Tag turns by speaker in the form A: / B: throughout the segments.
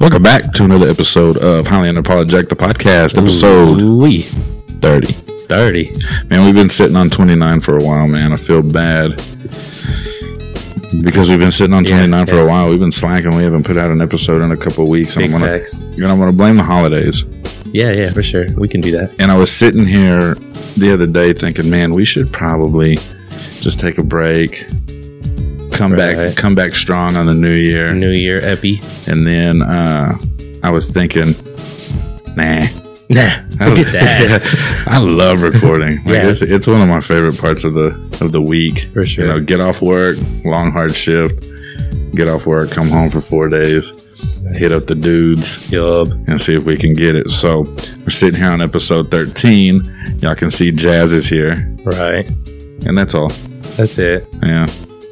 A: Welcome back to another episode of Highly Unapologetic, the podcast, episode
B: Ooh-wee.
A: 30.
B: 30.
A: Man, we've been sitting on 29 for a while, man. I feel bad because we've been sitting on
B: Yeah,
A: 29 for
B: yeah.
A: a while. We've been slacking. We haven't put out an episode in a couple of weeks. And
B: Big
A: I'm gonna,
B: facts.
A: and I'm gonna blame the holidays.
B: Yeah, yeah, for sure. We can do that.
A: And I was sitting here the other day thinking, man, we should probably just take a break, come back,
B: Right.
A: come back strong on the new year.
B: New Year epi.
A: And then uh, I was thinking, nah.
B: Nah,
A: I
B: look
A: don't-
B: at that.
A: I love recording. Like
B: Yeah.
A: it's, it's one of my favorite parts of the of the week.
B: For sure.
A: You know, get off work, long hard shift, get off work, come home for four days, hit up the dudes
B: Yup.
A: and see if we can get it. So we're sitting here on episode thirteen. Y'all can see Jazz is here.
B: Right.
A: And that's all.
B: That's it.
A: Yeah.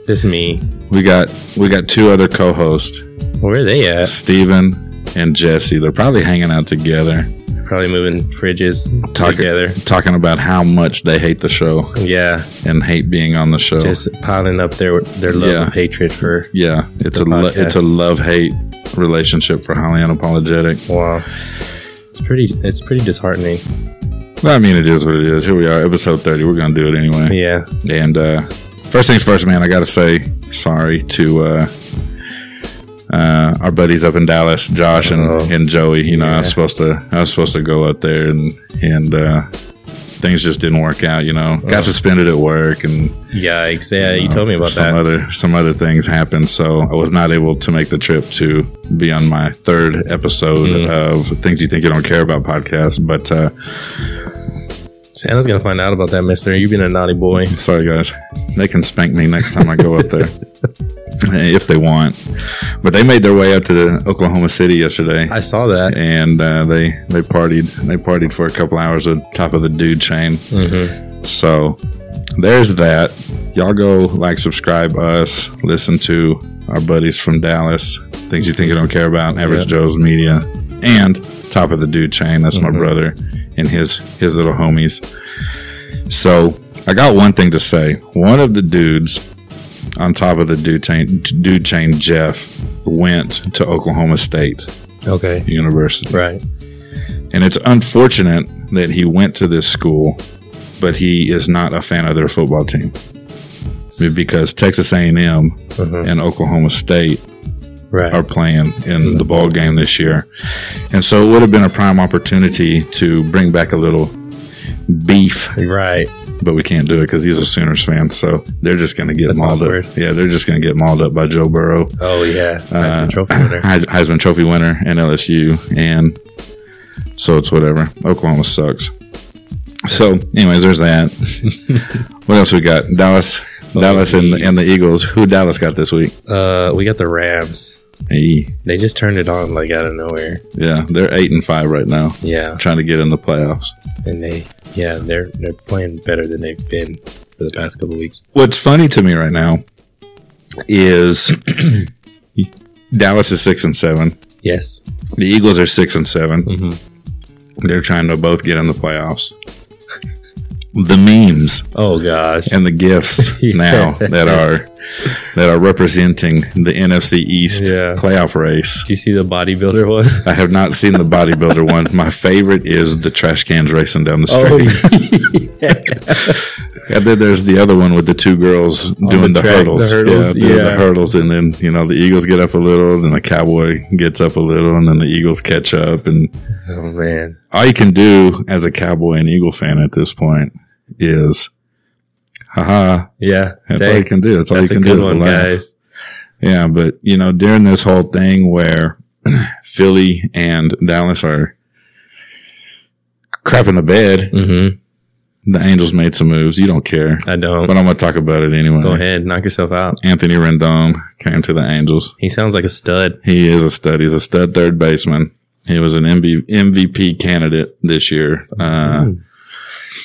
B: Just me.
A: We got we got two other co hosts,
B: Where are they at?
A: Steven and Jesse. They're probably hanging out together,
B: Probably moving fridges
A: Talk-
B: together.
A: talking about how much they hate the show
B: Yeah.
A: and hate being on the show.
B: Just piling up their their love
A: Yeah.
B: of hatred for
A: Yeah, it's
B: The
A: a lo-
B: podcast.
A: it's a love hate relationship for highly unapologetic.
B: wow. It's pretty it's pretty disheartening.
A: Well, I mean, it is what it is. Here we are, episode thirty. We're gonna do it anyway.
B: Yeah.
A: And uh, first things first, man. I gotta say sorry to uh, uh, our buddies up in Dallas, Josh and,
B: Oh.
A: and Joey. You know, I was
B: Yeah.
A: supposed to I was supposed to go up there and and uh, things just didn't work out. You know, got
B: Oh.
A: suspended at work and
B: Yikes. Yeah, you
A: know,
B: told me about
A: some
B: that.
A: Other some other things happened, so I was not able to make the trip to be on my third episode
B: Mm.
A: of Things You Think You Don't Care About podcast. But uh,
B: Santa's gonna find out about that, mister. You've been a naughty boy.
A: sorry, guys, they can spank me next time I go up there if they want. But they made their way up to the Oklahoma City yesterday.
B: I saw that.
A: and uh, they they partied they partied for a couple hours at the top of the dude chain.
B: Mm-hmm.
A: So there's that. Y'all go like, subscribe us, listen to our buddies from Dallas, things you think you don't care about, Average
B: Yeah.
A: Joe's Media, and Top of the Dude Chain. That's my
B: Mhm.
A: brother and his his little homies. So I got one thing to say. One of the dudes on top of the dude chain, dude chain, Jeff went to Oklahoma State
B: Okay.
A: University.
B: Right.
A: And it's unfortunate that he went to this school, but he is not a fan of their football team because Texas A&M
B: Mhm.
A: and Oklahoma State
B: Right.
A: are playing in the ball game this year. And so it would have been a prime opportunity to bring back a little beef,
B: Right.
A: but we can't do it because he's a Sooners fan. So they're just going to get
B: That's
A: mauled
B: awkward.
A: up. Yeah, they're just going to get mauled up by Joe Burrow.
B: Oh yeah.
A: Uh,
B: Heisman Trophy winner.
A: Heis- Heisman Trophy winner and LSU, and so it's whatever. Oklahoma sucks. So, anyways, there's that. what else we got? Dallas, Dallas, and, and the Eagles. Who Dallas got this week?
B: Uh, we got the Rams.
A: Hey,
B: They just turned it on like out of nowhere.
A: yeah, they're eight and five right now,
B: Yeah,
A: trying to get in the playoffs.
B: and they yeah they're they're playing better than they've been for the past couple weeks.
A: What's funny to me right now is Dallas is six and seven.
B: Yes.
A: The Eagles are six and seven.
B: Mm-hmm.
A: They're trying to both get in the playoffs. The memes.
B: Oh gosh.
A: and the gifts
B: Yeah.
A: now that are that are representing the NFC East
B: Yeah.
A: playoff race.
B: Did you see the bodybuilder one?
A: I have not seen the bodybuilder one. My favorite is the trash cans racing down the
B: Oh,
A: street. And then there's the other one with the two girls doing the,
B: the track, the
A: hurdles.
B: hurdles,
A: Yeah, doing the
B: yeah.
A: hurdles. And then, you know, the Eagles get up a little, then the Cowboy gets up a little, and then the Eagles catch up. And
B: oh man.
A: all you can do as a Cowboy and Eagle fan at this point is, haha,
B: Yeah.
A: that's all
B: Dang.
A: you can do. That's all
B: That's
A: you
B: a
A: can do
B: good
A: is
B: one,
A: laugh.
B: guys.
A: Yeah, but you know, during this whole thing where Philly and Dallas are crap in the bed,
B: Mm-hmm.
A: the Angels made some moves. You don't care,
B: I don't.
A: but I'm going to talk about it anyway.
B: Go ahead, knock yourself out.
A: Anthony Rendon came to the Angels.
B: He sounds like a stud.
A: He is a stud. He's a stud third baseman. He was an MB- MVP candidate this year uh,
B: Mm.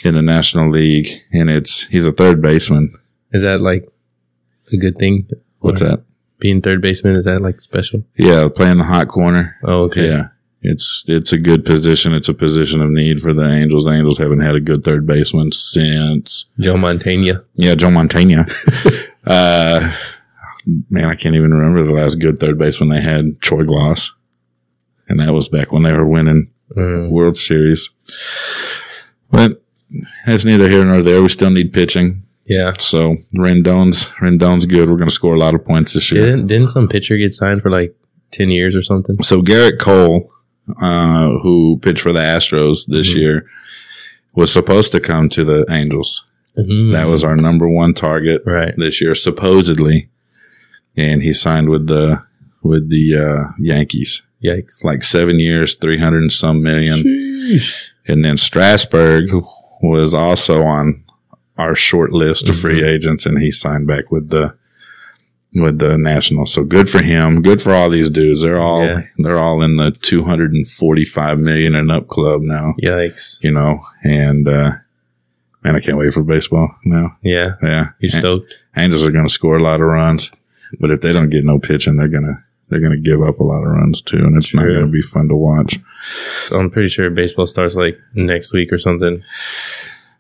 A: in the National League, and it's he's a third baseman.
B: Is that like a good thing?
A: What's
B: Or
A: that?
B: Being third baseman is that like special?
A: Yeah, playing the hot corner.
B: Oh, okay.
A: Yeah. It's it's a good position. It's a position of need for the Angels. The Angels haven't had a good third baseman since
B: Joe Montana.
A: yeah, Joe Montana. uh man, I can't even remember the last good third baseman they had. Troy Gloss. and that was back when they were winning
B: Mm,
A: World Series. But that's neither here nor there. We still need pitching.
B: yeah.
A: So Rendon's Rendon's good. We're going to score a lot of points this year.
B: Didn't didn't some pitcher get signed for like ten years or something?
A: So Garrett Cole, uh, who pitched for the Astros this
B: Mhm.
A: year, was supposed to come to the Angels.
B: Mm,
A: That was our number one target
B: right.
A: this year, supposedly, and he signed with the with the uh, Yankees.
B: Yikes!
A: Like seven years, three hundred and some million. And then Strasburg was also on our short list of
B: Mm-hmm.
A: free agents, and he signed back with the with the Nationals. So good for him. Good for all these dudes. They're all
B: Yeah.
A: they're all in the two hundred and forty five million and up club now.
B: Yikes!
A: You know, and uh, man, I can't wait for baseball now.
B: Yeah,
A: Yeah,
B: you
A: An-
B: stoked?
A: Angels are going to score a lot of runs, but if they don't get no pitching, they're gonna they're gonna give up a lot of runs too, and it's not
B: True.
A: going to be fun to watch.
B: I'm pretty sure baseball starts like next week or something.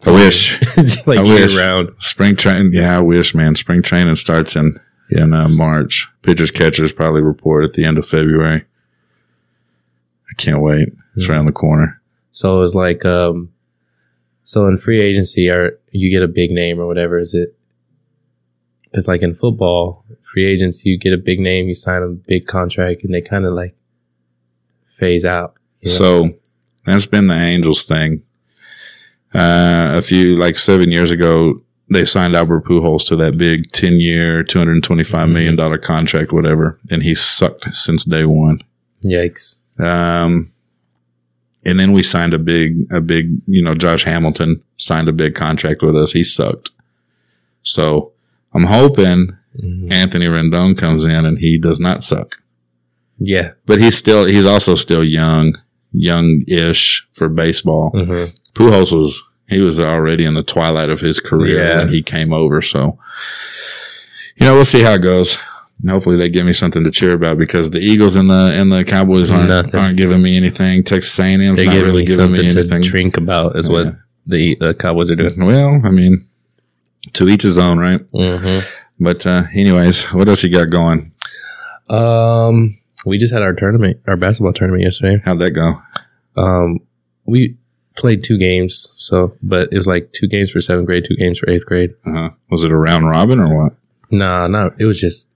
A: I wish.
B: It's like
A: I
B: year
A: wish.
B: round.
A: Spring training, yeah, I wish, man. Spring training starts in in uh, March. Pitchers, catchers probably report at the end of February. I can't wait. It's around the corner.
B: So it's like, um, so in free agency, are you get a big name or whatever? Is it? Because like in football, free agency, you get a big name, you sign a big contract, and they kind of like phase out. you know?
A: So that's been the Angels thing. Uh, a few like seven years ago, they signed Albert Pujols to that big ten year, two hundred twenty five million dollar contract, whatever, and he sucked since day one.
B: yikes!
A: Um, and then we signed a big, a big, you know, Josh Hamilton signed a big contract with us. He sucked. So I'm hoping
B: Mhm.
A: Anthony Rendon comes in and he does not suck,
B: Yeah.
A: but he's still, he's also still young, young ish for baseball.
B: hmm
A: Pujols was, he was already in the twilight of his career
B: Yeah.
A: when he came over. So, you know, we'll see how it goes. And hopefully they give me something to cheer about because the Eagles and the and the Cowboys aren't,
B: Nothing.
A: aren't giving me anything. Texas A&M's
B: They're
A: not
B: giving
A: really
B: me
A: giving me
B: something
A: anything.
B: to drink about, is
A: Yeah.
B: what the uh, Cowboys are doing.
A: Well, I mean, to each his own, right?
B: Mm-hmm.
A: But uh, anyways, what else you got going?
B: Um, we just had our tournament, our basketball tournament yesterday.
A: How'd that go?
B: Um, we played two games, so but it was like two games for seventh grade, two games for eighth grade.
A: Uh-huh. Was it a round robin or what?
B: Nah, no, it was just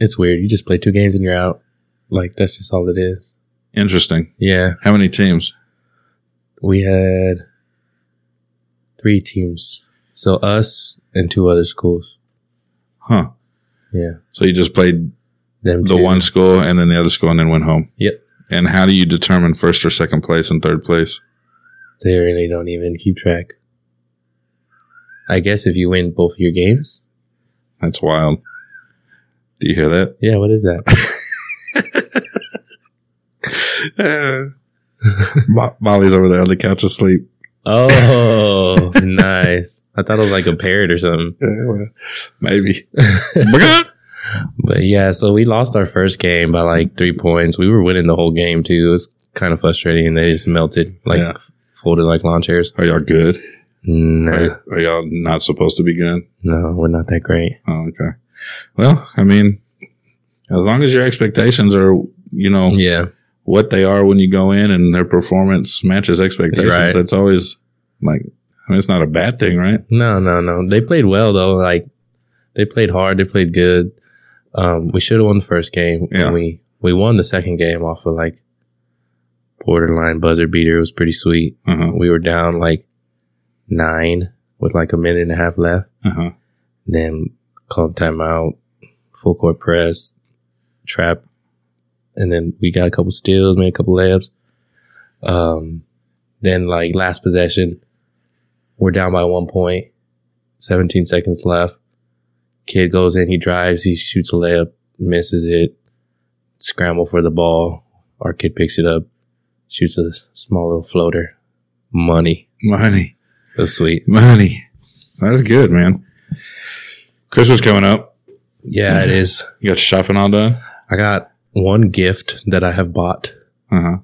B: it's weird. You just play two games and you're out. Like that's just all it is.
A: Interesting.
B: Yeah,
A: How many teams?
B: we had three teams, so us and two other schools.
A: Huh?
B: Yeah,
A: So you just played
B: them
A: the
B: two.
A: one school and then the other school and then went home.
B: Yep.
A: And how do you determine first or second place and third place?
B: They really don't even keep track. I guess if you win both your games.
A: That's wild. Do you hear that?
B: Yeah, what is that?
A: Mo- Molly's over there on the couch asleep.
B: oh, nice. I thought it was like a parrot or something.
A: Yeah, well, Maybe.
B: But yeah, so we lost our first game by like three points. We were winning the whole game too. It was kind of frustrating. They just melted, like
A: Yeah.
B: f- folded like lawn chairs.
A: Are y'all good?
B: No,
A: Are, are y'all not supposed to be good?
B: no, we're not that great.
A: Oh, okay. Well, I mean, as long as your expectations are, you know,
B: Yeah,
A: what they are when you go in and their performance matches expectations,
B: Right.
A: that's always like, I mean, it's not a bad thing, right?
B: no, no, no. They played well though. Like they played hard. They played good. Um, we should have won the first game.
A: Yeah.
B: And we we won the second game off of like borderline buzzer beater. It was pretty sweet.
A: Uh huh.
B: We were down like nine with like a minute and a half left.
A: Uh huh.
B: then called timeout, full court press, trap, and then we got a couple steals, made a couple layups. Um, then like last possession, we're down by one point, 17 seconds left. Kid goes in, he drives, he shoots a layup, misses it, scramble for the ball. Our kid picks it up, shoots a small little floater, money.
A: Money.
B: That's sweet.
A: Money. Oh, That's good, man. Christmas coming up.
B: Yeah, it is.
A: You got your shopping all done?
B: I got one gift that I have bought
A: Uh huh.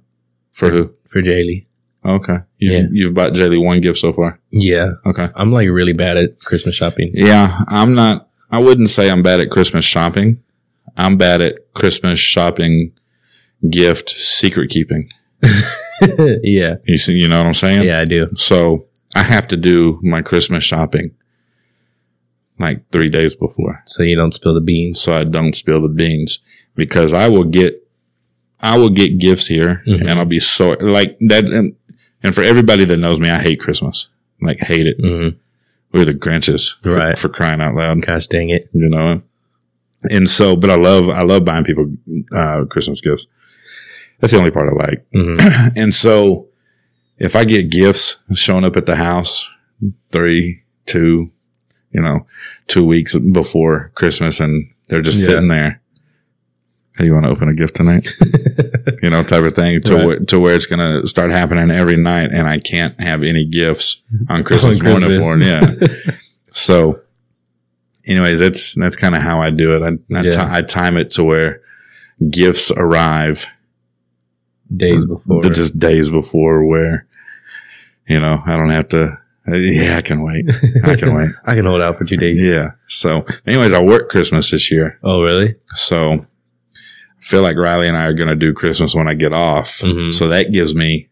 A: For who?
B: for Jaylee.
A: Okay. You've,
B: Yeah.
A: you've bought Jaylee one gift so far.
B: Yeah,
A: Okay.
B: I'm like really bad at Christmas shopping.
A: Yeah. I'm not, I wouldn't say I'm bad at Christmas shopping. I'm bad at Christmas shopping gift secret keeping.
B: yeah.
A: You see, you know what I'm saying?
B: Yeah, I do.
A: So I have to do my Christmas shopping like three days before,
B: So you don't spill the beans.
A: so I don't spill the beans because I will get, I will get gifts here,
B: Mhm.
A: and I'll be so like that's and, and for everybody that knows me, I hate Christmas. Like hate it.
B: Mm-hmm.
A: We're the Grinches, for-
B: Right.
A: For crying out loud,
B: Gosh dang it.
A: you know. And so, but I love I love buying people uh, Christmas gifts. That's the only part I like.
B: Mm-hmm.
A: and so if I get gifts showing up at the house three, two, you know, two weeks before Christmas and they're just
B: Yeah.
A: sitting there. Hey, you want to open a gift tonight? you know, type of thing to
B: Right.
A: where, to where it's going to start happening every night, and I can't have any gifts on Christmas, morning
B: Christmas.
A: for 'em, Yeah. so, anyways, that's that's kind of how I do it. I I ti-
B: Yeah.
A: I time it to where gifts arrive
B: Days before.
A: the- just days before where you know i don't have to uh, yeah i can wait i can wait
B: I can hold out for two days.
A: yeah so anyways i work christmas this year
B: Oh, really?
A: so i feel like riley and i are going to do christmas when i get off
B: Mhm.
A: so that gives me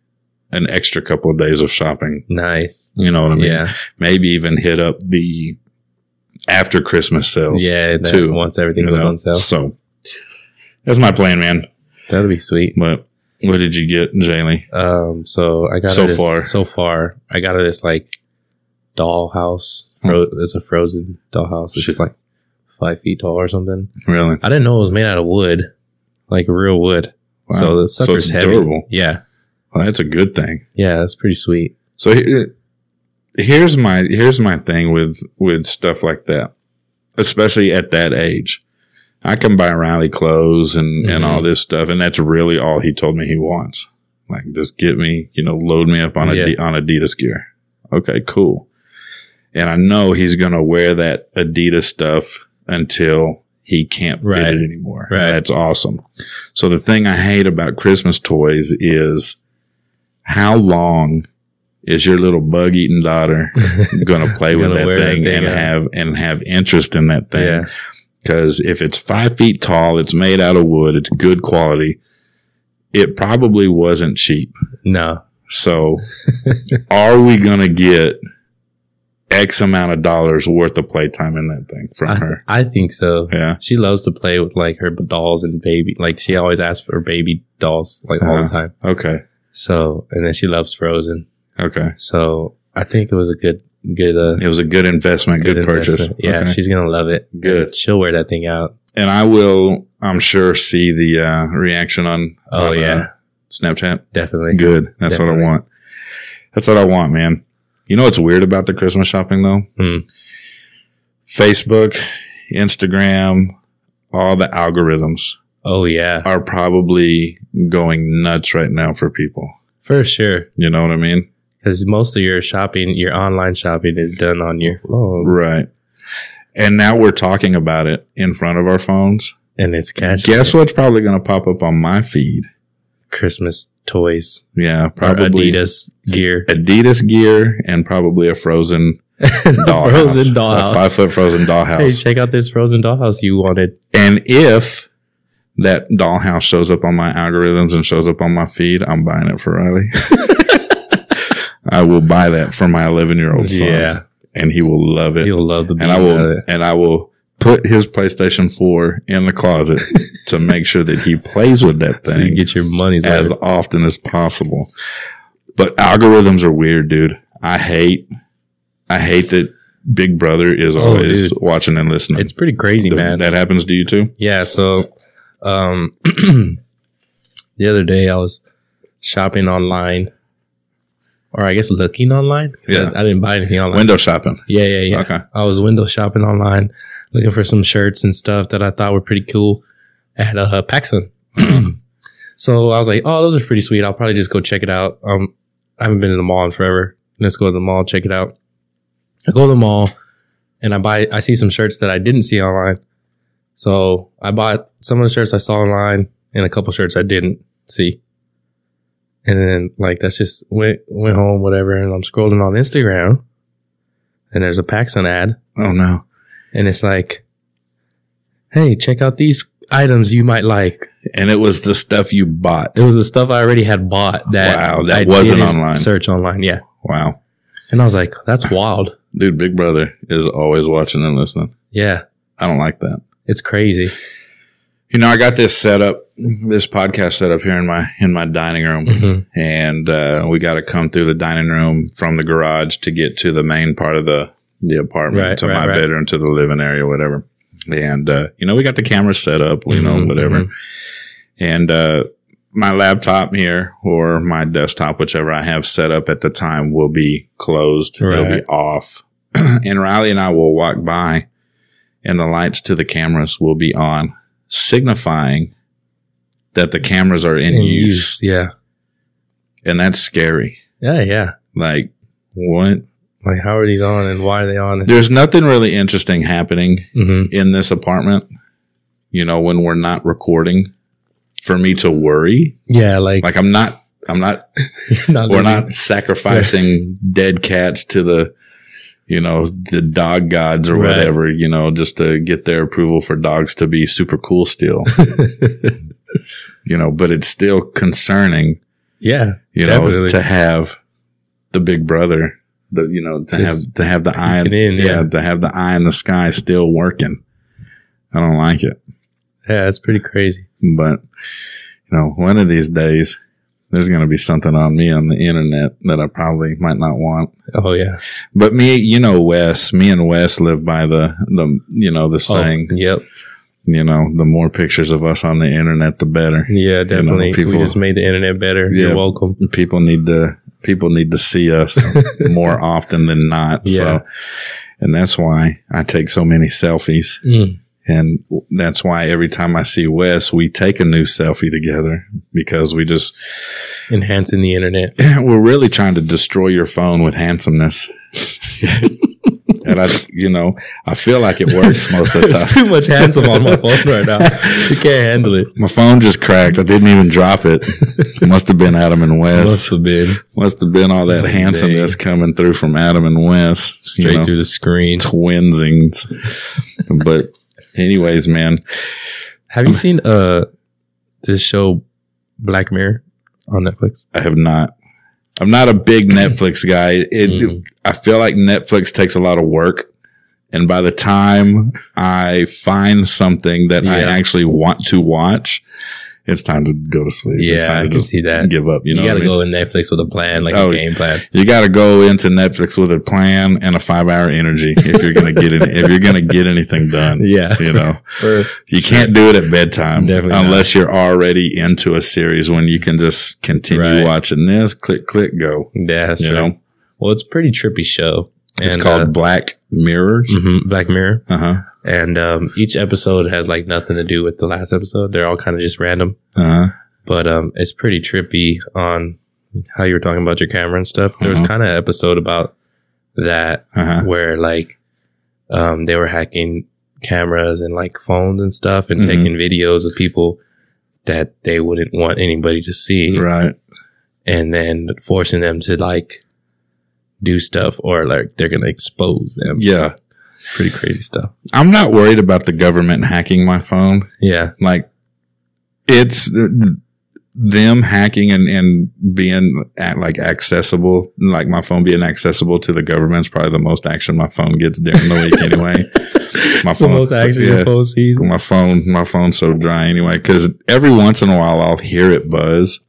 A: an extra couple of days of shopping
B: Nice.
A: you know what i mean
B: Yeah.
A: maybe even hit up the after christmas sales
B: Yeah. That,
A: Two.
B: Once
A: you
B: everything goes
A: know?
B: on sale.
A: so that's my plan man
B: That'll be sweet.
A: but what did you get jaylee
B: Um, so I got her
A: So
B: this-
A: far.
B: So far, I got her this like dollhouse. Fro- It's a frozen dollhouse. It's
A: Hmm. Shit.
B: like five feet tall or something.
A: really
B: I didn't know it was made out of wood, like real wood.
A: Wow.
B: So the sucker's
A: it's
B: heavy.
A: durable.
B: Yeah,
A: well, that's a good thing
B: yeah, that's pretty sweet.
A: So here- here's my here's my thing with with stuff like that, especially at that age. I can buy Riley clothes and and
B: Mm-hmm.
A: all this stuff, and that's really all he told me he wants. Like, just get me, you know, load me up on a
B: Yeah.
A: on Adidas gear. Okay, cool. And I know he's gonna wear that Adidas stuff until he can't
B: Right.
A: fit it anymore.
B: Right.
A: That's awesome. So the thing I hate about Christmas toys is how long is your little bug eating daughter gonna play with
B: Gonna
A: that
B: wear that
A: thing,
B: thing
A: and
B: out.
A: have and have interest in that
B: yeah,
A: thing? Because if it's five feet tall, it's made out of wood, it's good quality. It probably wasn't cheap.
B: no,
A: So, are we gonna get X amount of dollars worth of playtime in that thing from
B: I,
A: her?
B: I think so.
A: Yeah,
B: She loves to play with like her dolls and baby. Like she always asks for baby dolls like all
A: Uh-huh.
B: the time.
A: okay,
B: So and then she loves Frozen.
A: okay.
B: So I think it was a good good uh
A: It was a good investment, good, purchase.
B: investment. Yeah,
A: Okay.
B: she's gonna love it.
A: Good.
B: She'll wear that thing out.
A: and I will, I'm sure, see the uh, reaction on.
B: Oh,
A: on, uh,
B: yeah.
A: Snapchat.
B: Definitely.
A: Good. That's what
B: Definitely.
A: I want. That's what I want, man. You know what's weird about the Christmas shopping though?
B: Hmm.
A: Facebook, Instagram, all the algorithms
B: Oh yeah.
A: are probably going nuts right now for people.
B: For sure.
A: You know what I mean?
B: Because most of your shopping, your online shopping is done on your phone.
A: Right. And now we're talking about it in front of our phones.
B: And it's cash.
A: Guess what's probably going to pop up on my feed?
B: Christmas toys.
A: Yeah,
B: Probably
A: probably
B: Adidas gear.
A: Adidas gear and probably a frozen dollhouse.
B: Frozen
A: A
B: dollhouse.
A: five foot frozen dollhouse.
B: Hey, check out this frozen dollhouse you wanted.
A: And if that dollhouse shows up on my algorithms and shows up on my feed, I'm buying it for Riley. I will buy that for my 11 year old Oh, son,
B: yeah.
A: and he will love it.
B: You'll love the
A: and I
B: beans
A: will,
B: out of it.
A: and I will put his PlayStation 4 in the closet to make sure that he plays with that
B: So you
A: thing
B: get your money's
A: as
B: worth.
A: often as possible. But algorithms are weird, dude. I hate, I hate that Big Brother is
B: Oh,
A: always
B: dude.
A: watching and listening.
B: It's pretty crazy,
A: Th-
B: man.
A: That happens to you too.
B: Yeah, so um the other day I was shopping online or I guess looking online. 'cause
A: Yeah.
B: I, I didn't buy anything online.
A: Window shopping.
B: yeah, yeah, yeah.
A: Okay.
B: I was window shopping online looking for some shirts and stuff that I thought were pretty cool at uh Paxson. so I was like, "Oh, those are pretty sweet. I'll probably just go check it out." Um I haven't been in the mall in forever. Let's go to the mall, check it out. I go to the mall and I buy I see some shirts that I didn't see online. So I bought some of the shirts I saw online and a couple shirts I didn't see. And then like that's just went went home, whatever, and I'm scrolling on Instagram and there's a Paxson ad
A: Oh no.
B: and it's like, hey, check out these items you might like.
A: and it was the stuff you bought.
B: It was the stuff I already had bought that,
A: Wow, that
B: I
A: wasn't
B: didn't
A: online.
B: Search online, yeah.
A: Wow,
B: And I was like, that's wild.
A: dude, Big Brother is always watching and listening.
B: Yeah,
A: I don't like that.
B: it's crazy.
A: You know, I got this set up, this podcast set up here in my in my dining room,
B: hmm
A: and uh, we got to come through the dining room from the garage to get to the main part of the the apartment,
B: Right,
A: to my
B: right, right.
A: bedroom, to the living area, whatever. And uh, you know, we got the camera set up, you know,
B: Mhm,
A: whatever.
B: mhm.
A: And uh, my laptop here or my desktop, whichever I have set up at the time, will be closed. It'll be
B: Right.
A: off. and Riley and I will walk by, and the lights to the cameras will be on, signifying that the cameras are in,
B: In
A: use.
B: use, yeah,
A: And that's scary.
B: yeah, yeah.
A: Like, what?
B: Like, how are these on, and why are they on?
A: There's nothing really interesting happening
B: hmm
A: in this apartment, you know, when we're not recording for me to worry.
B: Yeah, like,
A: Like, I'm not. I'm not
B: you're not
A: we're
B: leaving-
A: not sacrificing dead cats to the you know the dog gods or
B: Right.
A: whatever you know just to get their approval for dogs to be super cool still you know but it's still concerning
B: yeah,
A: you know
B: Definitely.
A: to have the big brother the you know to
B: Just
A: have to have the eye
B: peeking in, yeah.
A: to have the eye in the sky still working i don't like it
B: yeah. It's pretty crazy.
A: but you know one of these days there's going to be something on me on the internet that i probably might not want
B: Oh yeah.
A: But me, you know, Wes, me and Wes live by the, the, you know, the
B: Oh,
A: saying,
B: yep.
A: you know, the more pictures of us on the internet, the better.
B: Yeah, definitely.
A: people-
B: we just made the internet better.
A: Yeah.
B: You're welcome.
A: People need to, people need to see us more often than not.
B: Yeah.
A: So, and that's why I take so many selfies.
B: Mm.
A: And that's why every time I see Wes, we take a new selfie together because we just,
B: Enhancing the internet.
A: we're really trying to destroy your phone with handsomeness. and I, you know, I feel like it works most of the time.
B: There's too much handsome on my phone right now. You can't handle it.
A: My phone just cracked. I didn't even drop it. Must have been Adam and
B: Must
A: Wes.
B: have been
A: Must have been all that
B: Dang.
A: handsomeness coming through from Adam and Wes.
B: straight through the screen.
A: twinsings. but anyways, man,
B: Have you seen uh this show Black Mirror on Netflix?
A: I have not. I'm not a big Netflix guy. It,
B: Mm.
A: I feel like Netflix takes a lot of work. And by the time I find something that I
B: Yeah.
A: actually want to watch, it's time to go to sleep. It's
B: Yeah,
A: time
B: I
A: to
B: can
A: just
B: see that.
A: give up. You,
B: You,
A: know, what I
B: gotta
A: mean?
B: go in Netflix with a plan, like
A: Oh,
B: a game plan.
A: you got to go into Netflix with a plan and a five hour energy if you're gonna get any, if you're gonna get anything done.
B: Yeah,
A: You know,
B: or
A: you can't do it at bedtime
B: Definitely not.
A: unless you're already into a series when you can just continue
B: Right.
A: watching this. Click, click, go.
B: yeah, that's
A: you
B: right. uh,
A: know,
B: Well, it's a pretty trippy show.
A: it's called Black Mirrors.
B: uh, mhm, Black Mirror,
A: Uh huh.
B: and um, each episode has like nothing to do with the last episode. They're all kind of just random.
A: Uh huh.
B: but um, it's pretty trippy on how you were talking about your camera and stuff. There was
A: Mhm.
B: kind of an episode about that
A: Uh huh.
B: where like um, they were hacking cameras and like phones and stuff and
A: Mhm.
B: taking videos of people that they wouldn't want anybody to see,
A: Right.
B: and then forcing them to like do stuff or like they're gonna expose them.
A: Yeah.
B: pretty crazy stuff.
A: I'm not worried about the government hacking my phone.
B: Yeah,
A: like it's them hacking and, and being at like accessible, like my phone being accessible to the government's probably the most action my phone gets during the week anyway. My
B: It's the
A: phone-
B: most action your
A: yeah.
B: phone sees.
A: My phone, my phone's so dry anyway, because every once in a while I'll hear it buzz,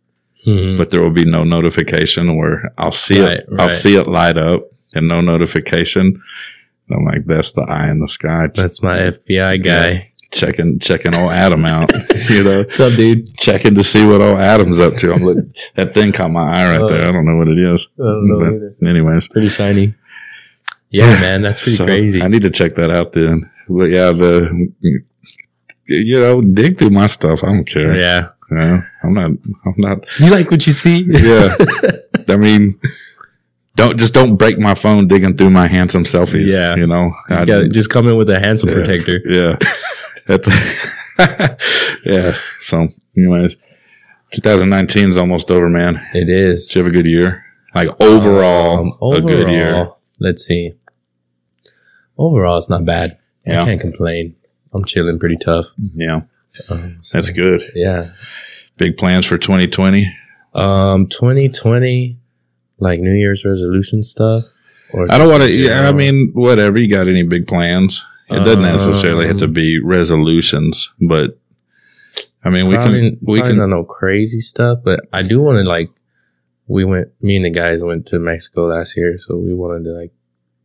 B: Mhm.
A: but there will be no notification or I'll see it,
B: Right,
A: I'll
B: right.
A: see it light up and no notification. And I'm like, that's the eye in the sky
B: That's my FBI guy.
A: checking, checking old Adam out, you know?
B: What's up, dude?
A: checking to see what old Adam's up to. I'm like, that thing caught my eye right there. I don't know what it is.
B: I don't
A: know
B: either.
A: Anyways,
B: pretty shiny. Yeah, man, that's pretty
A: so
B: crazy.
A: I need to check that out then. But yeah, the you know, dig through my stuff. I don't care. Yeah,
B: yeah,
A: I'm not. I'm not.
B: you like what you see?
A: Yeah, I mean. Don't just don't break my phone digging through my handsome selfies.
B: Yeah.
A: you know, I,
B: You gotta just come in with a handsome
A: Yeah.
B: protector.
A: yeah, that's yeah. So, anyways, 2019 is almost over, man.
B: It is
A: Did you have a good year? Like overall,
B: Um,
A: a good year.
B: overall, Let's see. Overall, it's not bad. I
A: Yeah,
B: can't complain. I'm chilling pretty tough.
A: yeah.
B: Um, so-
A: That's good.
B: Yeah.
A: Big plans for 2020.
B: Um, 2020, like New Year's resolution stuff. Or
A: I don't want to. Yeah, Uh, I mean, whatever. You got any big plans? It doesn't necessarily have to
B: Um,
A: be resolutions, but I mean, we
B: probably,
A: can we
B: probably
A: can.
B: not no crazy stuff, but I do want to like. We went. Me and the guys went to Mexico last year, so we wanted to like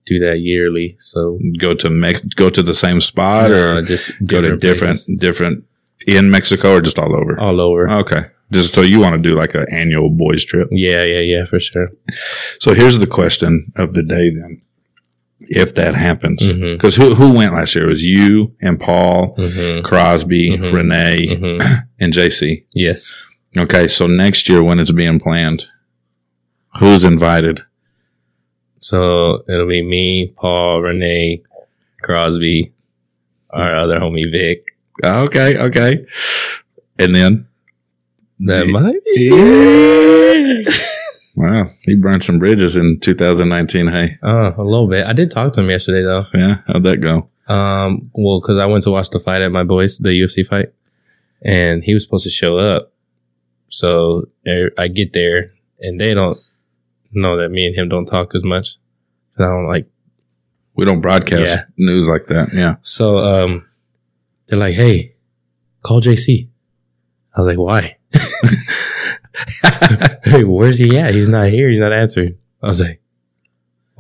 B: do that yearly. So
A: go to Mex- go to the same spot
B: uh,
A: or
B: just
A: go to different
B: places
A: different in Mexico or just all over.
B: all over.
A: Okay. Just so you want to do like an annual boys trip.
B: Yeah, yeah, yeah, for sure.
A: So here's the question of the day then. If that happens,
B: Mhm.
A: because who, who went last year? It was you and Paul,
B: Mm-hmm.
A: Crosby,
B: Mhm.
A: Renee,
B: Mm-hmm.
A: and JC.
B: yes.
A: Okay. So next year when it's being planned, who's invited?
B: So it'll be me, Paul, Renee, Crosby, our other homie Vic.
A: Okay. Okay. And then.
B: That might be.
A: wow. He burned some bridges in 2019. Hey.
B: Uh, a little bit. I did talk to him yesterday though.
A: Yeah. How'd that go?
B: Um, well, because I went to watch the fight at my boys, the UFC fight, and he was supposed to show up. So er, I get there, and they don't know that me and him don't talk as much. 'Cause I don't like.
A: We don't broadcast
B: Yeah.
A: news like that. Yeah.
B: So um, they're like, "Hey, call JC." I was like, "Why?" hey, where's he at? He's not here. He's not answering. I was like,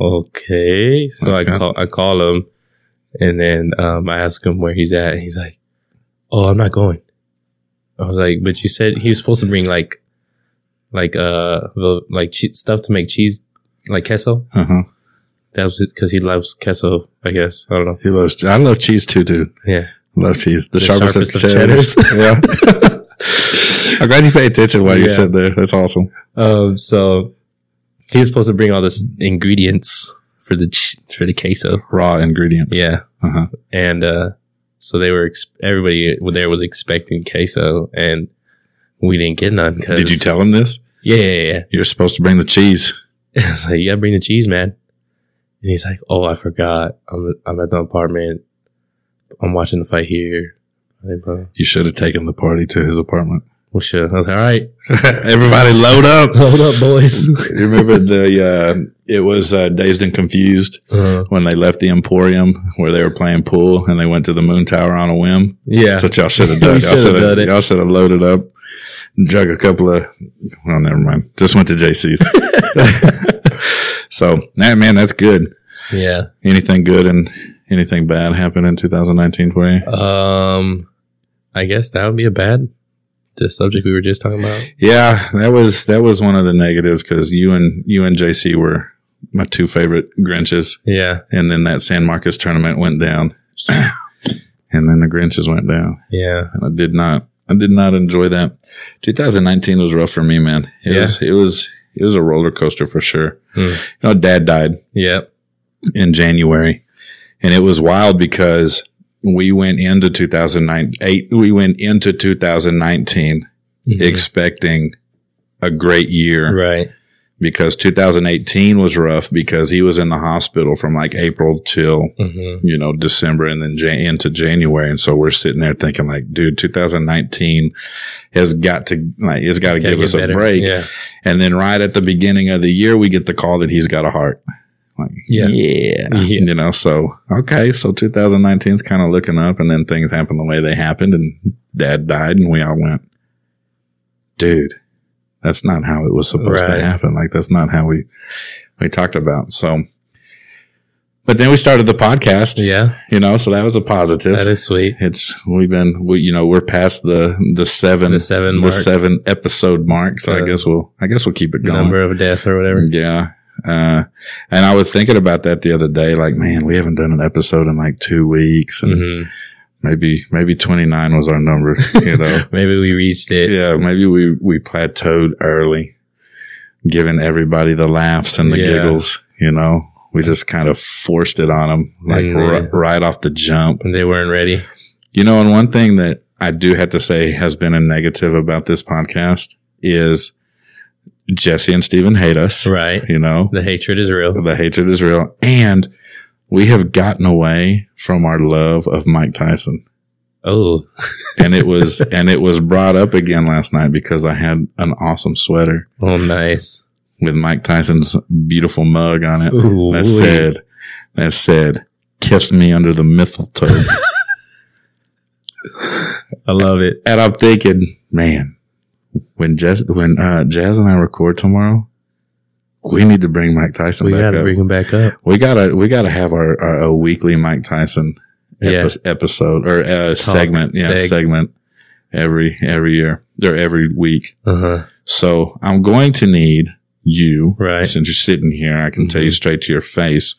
B: "Okay." So
A: That's
B: I
A: good.
B: call I call him, and then um, I ask him where he's at, and he's like, "Oh, I'm not going." I was like, "But you said he was supposed to bring like, like uh, the- like che- stuff to make cheese, like queso."
A: Uh huh.
B: That was because he loves queso, I guess. I don't know.
A: He loves. I love cheese too, dude.
B: Yeah.
A: Love cheese. The,
B: The
A: sharpest,
B: sharpest
A: of
B: of
A: cheddars. yeah. I'm glad you paid attention while you
B: Yeah.
A: said there. That's awesome.
B: Um, so he was supposed to bring all this ingredients for the ch- for the queso.
A: Raw ingredients.
B: Yeah,
A: Uh-huh.
B: and uh, so they were ex- everybody there was expecting queso, and we didn't get none. 'cause-
A: Did you tell him this?
B: Yeah, yeah, yeah.
A: You're supposed to bring the cheese.
B: I was like, "You gotta bring the cheese, man." And he's like, "Oh, I forgot. I'm I'm at the apartment. I'm watching the fight here." I'm like, bro,
A: You should have taken the party to his apartment.
B: well, shit. I was like, "All right,
A: Everybody load up.
B: hold up, boys."
A: you remember the uh, it was uh, dazed and confused
B: Uh,
A: when they left the emporium where they were playing pool and they went to the moon tower on a whim.
B: yeah,
A: That's what y'all should have
B: We
A: done. Y'all
B: shoulda
A: should
B: done
A: have
B: it.
A: y'all should have loaded up, drug a couple of. Well, never mind. Just went to JC's. so, nah, man, that's good.
B: yeah.
A: Anything good and anything bad happened in 2019 for you?
B: Um, I guess that would be a bad the subject we were just talking about.
A: Yeah, that was that was one of the negatives because you and you and JC were my two favorite Grinches,
B: Yeah,
A: and then that San Marcos tournament went down, and then the Grinches went down.
B: yeah,
A: and I did not. I did not enjoy that. 2019 was rough for me, man. It
B: Yeah.
A: was it was it was a roller coaster for sure.
B: Hmm.
A: You know, dad died
B: yeah,
A: in January and it was wild because we went into 2008 we went into 2019 expecting a great year
B: Mm-hmm. right,
A: because 2018 was rough because he was in the hospital from like April till
B: hmm
A: you know December and then Jan- into January, and so we're sitting there thinking like, dude, 2019 has got to like it's got to give us a break.
B: Yeah,
A: And then right at the beginning of the year, we get the call that he's got a heart. Like,
B: Yeah. Yeah.
A: you know. So okay, so 2019 is kind of looking up, and then things happen the way they happened, and Dad died, and we all went, dude. That's not how it was supposed
B: Right.
A: to happen. Like that's not how we we talked about. So, but then we started the podcast
B: yeah,
A: you know so that was a positive
B: that is sweet.
A: it's we've been we you know we're past the the seven
B: The seven
A: the
B: mark
A: seven episode mark so i
B: Uh,
A: guess we'll i guess we'll keep it going
B: number of death or whatever.
A: yeah uh and i was thinking about that the other day like man we haven't done an episode in like two weeks and
B: hmm
A: maybe maybe 29 was our number you know
B: Maybe we reached it.
A: yeah maybe we we plateaued early giving everybody the laughs and the
B: Yeah.
A: giggles you know we just kind of forced it on them like
B: And,
A: ri-
B: uh,
A: right off the jump
B: And they weren't ready.
A: you know, and one thing that I do have to say has been a negative about this podcast is Jesse and Steven hate us.
B: Right.
A: You know,
B: The hatred is real.
A: the hatred is real. And we have gotten away from our love of Mike Tyson.
B: Oh,
A: and it was and it was brought up again last night because I had an awesome sweater
B: oh, nice.
A: with Mike Tyson's beautiful mug on it
B: Ooh,
A: that
B: wee.
A: said that said kissed me under the mistletoe.
B: I love it.
A: and I'm thinking, man, when Jess when uh, Jazz and I record tomorrow, we need to bring Mike Tyson
B: We
A: back
B: got
A: up.
B: to bring him back up.
A: we gotta we gotta have our, our a weekly Mike Tyson
B: Yeah.
A: epi- episode or uh, segment, yeah,
B: seg.
A: segment every every year or every week.
B: Uh huh.
A: So I'm going to need you,
B: Right.
A: since you're sitting here, I can tell you
B: Mhm.
A: straight to your face,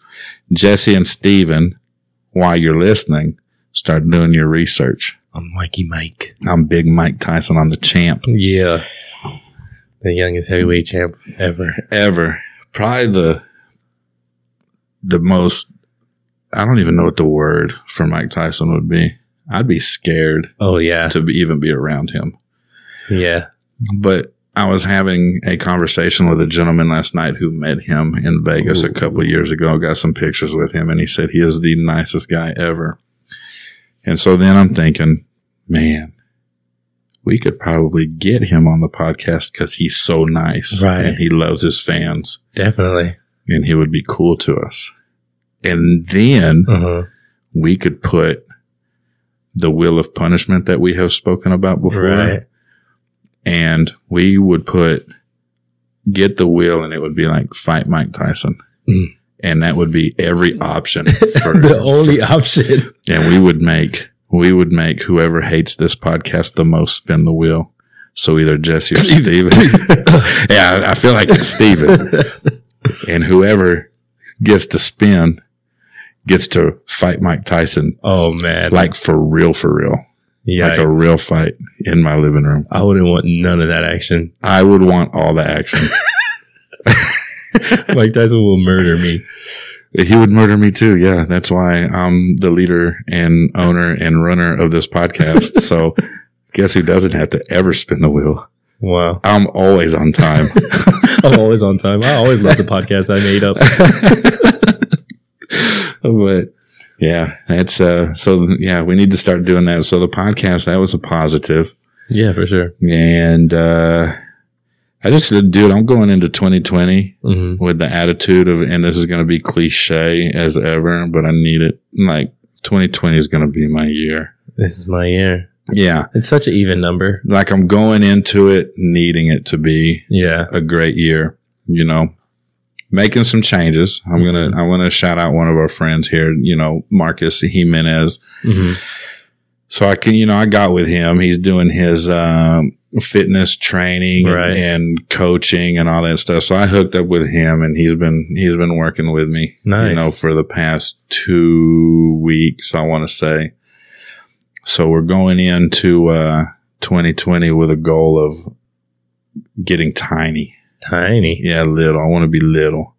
A: Jesse and Steven, while you're listening, start doing your research.
B: I'm Mikey Mike.
A: I'm Big Mike Tyson. I'm the champ
B: Yeah. The youngest heavyweight champ ever.
A: ever. Probably the the most. I don't even know what the word for Mike Tyson would be. I'd be scared
B: Oh, yeah.
A: to be, even be around him.
B: Yeah.
A: but I was having a conversation with a gentleman last night who met him in Vegas a
B: Ooh.
A: couple of years ago. Got some pictures with him, and he said he is the nicest guy ever. And so then I'm thinking, man, we could probably get him on the podcast because he's so nice,
B: Right.
A: And he loves his fans,
B: Definitely.
A: and he would be cool to us. And then
B: Uh huh.
A: we could put the will of punishment that we have spoken about before
B: Right.
A: and we would put get the wheel and it would be like fight Mike Tyson.
B: Mm.
A: And that would be every option. For,
B: the only option.
A: and we would make we would make whoever hates this podcast the most spin the wheel. So either Jesse or Steven. yeah, I feel like it's Steven. And whoever gets to spin gets to fight Mike Tyson
B: oh, man.
A: like for real for real. Like a
B: yeah.
A: real fight in my living room.
B: I wouldn't want none of that action.
A: I would want all the action.
B: Mike Tyson will murder me.
A: he would murder me too. Yeah, that's why I'm the leader and owner and runner of this podcast. so, guess who doesn't have to ever spin the wheel?
B: Wow.
A: I'm always on time.
B: I'm always on time. I always love the podcast I made up.
A: but yeah, that's uh. So yeah, we need to start doing that. So the podcast that was a positive,
B: Yeah, for sure.
A: and uh, I just dude, I'm going into 2020.
B: Mm-hmm.
A: with the attitude of, and this is going to be cliche as ever, but I need it. Like 2020 is going to be my year.
B: This is my year.
A: Yeah.
B: It's such an even number.
A: Like I'm going into it needing it to be
B: Yeah.
A: a great year, you know, making some changes. I'm going
B: Mm-hmm.
A: to, I want to shout out one of our friends here, you know, Marcus Jimenez.
B: hmm
A: So I can, you know, I got with him. He's doing his um, fitness training
B: Right.
A: and coaching and all that stuff. So I hooked up with him, and he's been he's been working with me, you
B: Nice.
A: know, for the past two weeks. I want to say. So we're going into uh, 2020 with a goal of getting tiny.
B: Tiny.
A: Yeah, little. I want to be little.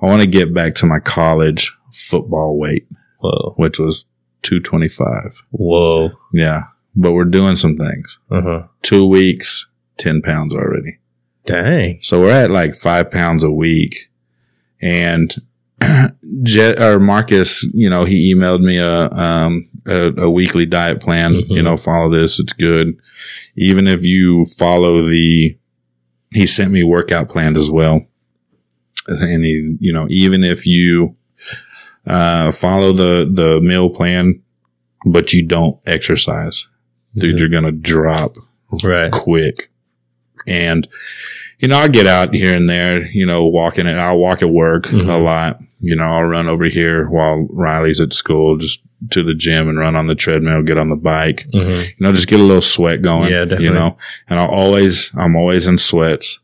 A: I want to get back to my college football weight,
B: Whoa.
A: which was 225.
B: Whoa.
A: Yeah. But we're doing some things.
B: Uh huh.
A: Two weeks, 10 pounds already.
B: Dang.
A: So we're at like five pounds a week. And Je- or Marcus, you know, he emailed me a, um, a, a weekly diet plan,
B: Mhm.
A: you know, follow this. It's good. Even if you follow the, he sent me workout plans as well. And he, you know, even if you, uh, follow the, the meal plan, but you don't exercise,
B: Mm-hmm.
A: dude, you're going to drop
B: Right.
A: quick. And, you know, I get out here and there, you know, walking it. I'll walk at work
B: Mhm.
A: a lot. You know, I'll run over here while Riley's at school, just to the gym and run on the treadmill, get on the bike,
B: hmm
A: you know, just get a little sweat going.
B: Yeah, definitely.
A: You know, and I'll always, I'm always in sweats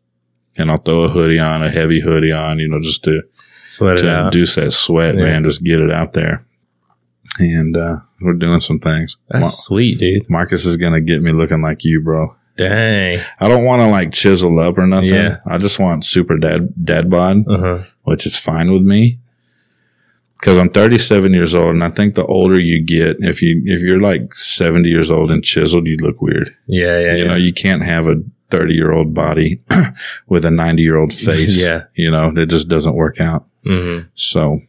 A: and I'll throw a hoodie on, a heavy hoodie on, you know, just to,
B: Sweat it
A: to
B: out.
A: induce that sweat,
B: Yeah.
A: man, just get it out there. And, uh, we're doing some things.
B: That's
A: Mar-
B: sweet, dude.
A: Marcus is going to get me looking like you, bro.
B: Dang.
A: I don't want to like chisel up or nothing.
B: Yeah.
A: I just want super dad dad bod,
B: Uh huh.
A: which is fine with me. Cause I'm 37 years old, and I think the older you get, if you if you're like 70 years old and chiseled, you look weird.
B: Yeah. Yeah.
A: you
B: yeah.
A: know, you can't have a 30 year old body with a 90 year old face.
B: Yeah. Mm-hmm.
A: you know, it just doesn't work out.
B: hmm
A: So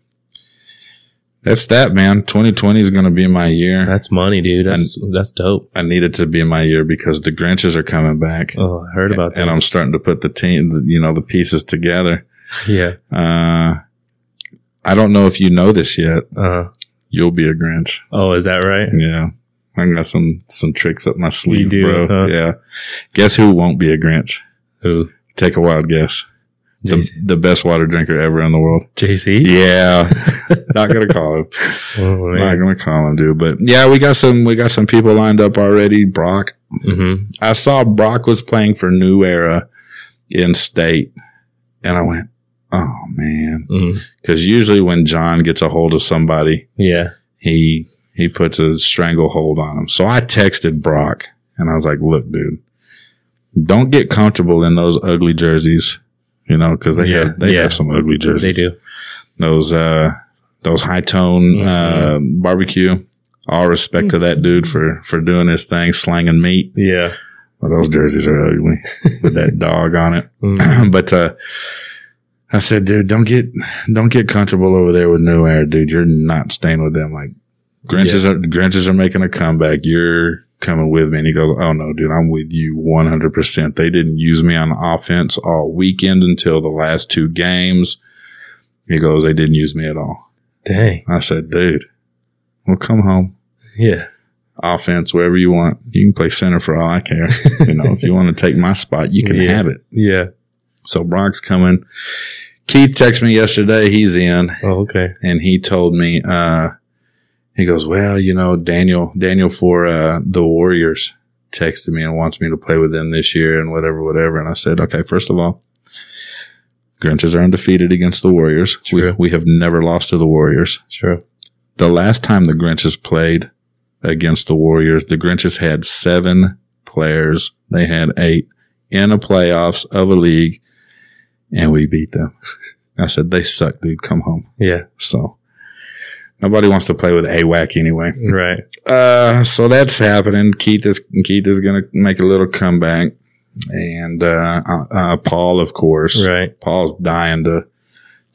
A: That's that, man. 2020 is going to be my year.
B: That's money, dude. That's that's dope.
A: I need it to be my year because the Grinches are coming back.
B: Oh, I heard about that.
A: And I'm starting to put the team, the- you know, the pieces together.
B: yeah.
A: Uh, I don't know if you know this yet.
B: Uh,
A: You'll be a Grinch.
B: oh, is that right?
A: Yeah. I got some some tricks up my sleeve,
B: do,
A: bro.
B: huh?
A: Yeah. Guess who won't be a Grinch?
B: Who?
A: Take a wild guess. The,
B: JC.
A: the best water drinker ever in the world.
B: JC?
A: Yeah. Not gonna call him.
B: Oh,
A: Not
B: man.
A: gonna call him, dude. But yeah, we got some we got some people lined up already. Brock.
B: Mm-hmm.
A: I saw Brock was playing for New Era in state, and I went, "Oh man!"
B: Mm.
A: Because usually when John gets a hold of somebody,
B: Yeah.
A: he he puts a stranglehold on him. So I texted Brock, and I was like, "Look, dude, don't get comfortable in those ugly jerseys, you know, because they
B: Yeah,
A: have they
B: yeah.
A: have some ugly jerseys.
B: They do.
A: those uh those high tone uh, barbecue." All respect to that dude for for doing his thing, slanging meat.
B: Yeah.
A: Well, those jerseys are ugly with that dog on it.
B: Mm.
A: but uh, I said, dude, don't get don't get comfortable over there with New Air, dude. You're not staying with them. Like Grinches are Grinches are making a comeback. You're coming with me. And he goes, oh no, dude, I'm with you 100. percent They didn't use me on offense all weekend until the last two games. He goes, they didn't use me at all.
B: Dang.
A: I said, dude, well, come home
B: Yeah.
A: offense, wherever you want. You can play center for all I care. You know, if you want to take my spot, you can
B: Yeah.
A: have it.
B: Yeah.
A: So Brock's coming. Keith texted me yesterday. He's in,
B: Oh, okay.
A: and he told me, uh, he goes, well, you know, Daniel, Daniel for uh, the Warriors texted me and wants me to play with them this year and whatever, whatever. And I said, okay, first of all. Grinches are undefeated against the Warriors. We,
B: True.
A: we have never lost to the Warriors.
B: Sure.
A: The last time the Grinches played against the Warriors, the Grinches had seven players. They had eight in a playoffs of a league, and we beat them. I said, they suck, dude. Come home.
B: Yeah.
A: So nobody wants to play with AWAC anyway.
B: Right.
A: Uh, so that's happening. Keith is Keith is gonna make a little comeback, and uh, uh, uh, Paul, of course,
B: Right.
A: Paul's dying to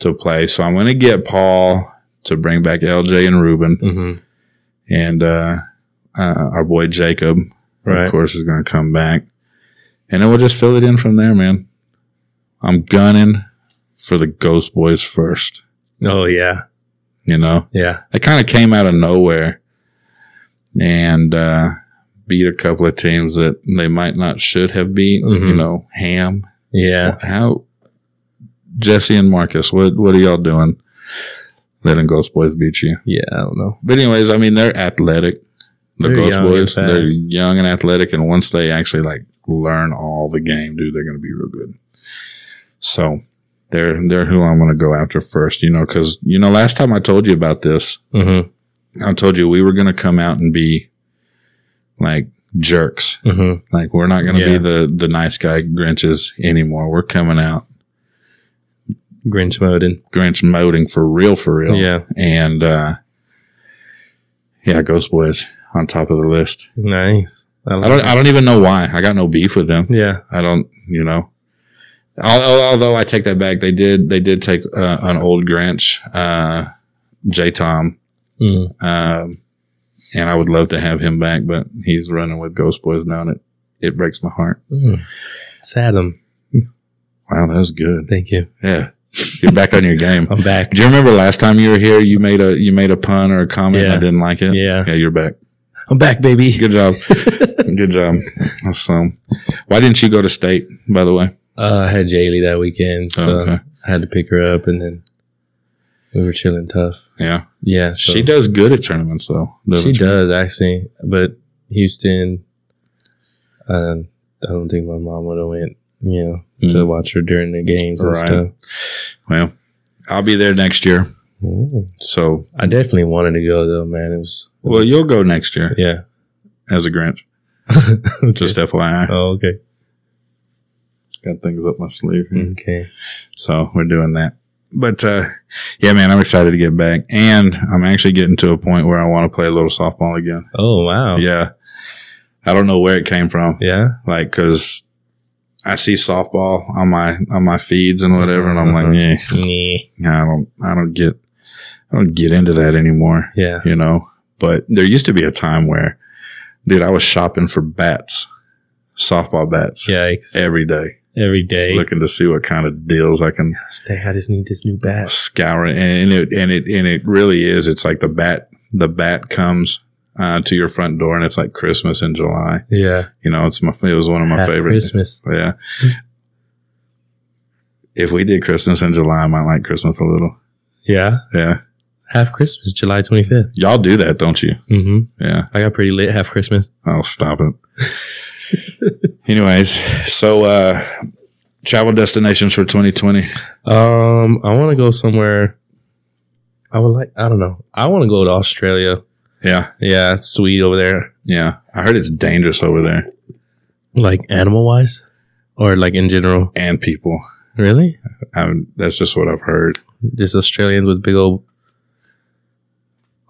A: to play. So I'm gonna get Paul to bring back LJ and Ruben
B: Mm-hmm.
A: and uh, uh, our boy Jacob,
B: Right.
A: of course, is going to come back, and then we'll just fill it in from there, man. I'm gunning for the Ghost Boys first.
B: Oh, yeah.
A: You know,
B: Yeah.
A: they kind of came out of nowhere and uh, beat a couple of teams that they might not should have beat. You
B: Mhm.
A: know, Ham.
B: Yeah.
A: How Jesse and Marcus? What what are y'all doing? Letting Ghost Boys beat you?
B: Yeah. I don't know.
A: But anyways, I mean they're athletic. The
B: They're
A: Ghost
B: young
A: Boys,
B: and
A: they're
B: fast.
A: young and athletic, and once they actually like learn all the game, dude, they're gonna be real good. So they're they're who I'm gonna go after first, you know, because you know last time I told you about this,
B: Mm-hmm.
A: I told you we were gonna come out and be like jerks,
B: Mm-hmm.
A: like we're not gonna be
B: Yeah.
A: the the nice guy Grinches anymore. We're coming out
B: Grinch mode and
A: Grinch moding for real, for real,
B: yeah.
A: And uh, yeah, Ghost Boys on top of the list.
B: Nice.
A: I don't. I don't even know why. I got no beef with them.
B: Yeah.
A: I don't. You know. Al- al- Although I take that back, they did. They did take uh, an old Grinch, uh, J. Tom,
B: Mm.
A: um, and I would love to have him back, but he's running with Ghost Boys now, and it it breaks my heart.
B: Mm. Saddam.
A: Wow, that was good.
B: Thank you.
A: Yeah, you're back on your game.
B: I'm back.
A: Do you remember last time you were here? You made a you made a pun or a comment. and I
B: Yeah.
A: didn't like it.
B: Yeah.
A: yeah, you're back.
B: I'm back, baby.
A: Good job. Good job. So, why didn't you go to state? By the way.
B: Uh, I had Jaylee that weekend, so
A: Okay.
B: I had to pick her up, and then we were chilling tough.
A: Yeah.
B: Yeah, so
A: She does good at tournaments, though.
B: she
A: doesn't
B: does actually, but Houston, um, I don't think my mom would have went, you know, to
A: Mm.
B: watch her during the games and
A: Right.
B: stuff.
A: Well, I'll be there next year.
B: Ooh.
A: So,
B: Mm. I definitely wanted to go though, man. It was
A: well, you'll go next year
B: yeah.
A: as a Grinch.
B: Okay.
A: Just FYI,
B: oh, okay,
A: got things up my sleeve. here.
B: okay,
A: So we're doing that. But uh, yeah, man, I'm excited to get back, and I'm actually getting to a point where I want to play a little softball again.
B: oh wow,
A: Yeah, I don't know where it came from.
B: yeah,
A: like because I see softball on my on my feeds and whatever, and I'm
B: Uh-huh.
A: like, yeah,
B: Nyeh.
A: I don't I don't get I don't get into that anymore,
B: Yeah.
A: you know. But there used to be a time where, dude, I was shopping for bats, softball bats,
B: Yikes.
A: every day,
B: Every day.
A: looking to see what kind of deals I can
B: Dang, I just need this new bat.
A: scour and, and it and it and it really is. It's like the bat the bat comes uh, to your front door and it's like Christmas in July.
B: Yeah.
A: You know, it's my it was one of my
B: Happy
A: favorites.
B: Christmas.
A: Yeah. If we did Christmas in July, I might like Christmas a little.
B: Yeah.
A: Yeah.
B: Half Christmas, July 25th.
A: Y'all do that, don't you?
B: Mm-hmm.
A: Yeah.
B: I got pretty lit half Christmas.
A: I'll stop it. Anyways, so uh travel destinations for 2020.
B: Um, I want to go somewhere. I would like, I don't know. I want to go to Australia.
A: Yeah.
B: Yeah, it's sweet over there.
A: Yeah. I heard it's dangerous over there
B: Like animal wise or like in general?
A: and people.
B: Really?
A: I, that's just what I've heard.
B: Just Australians with big old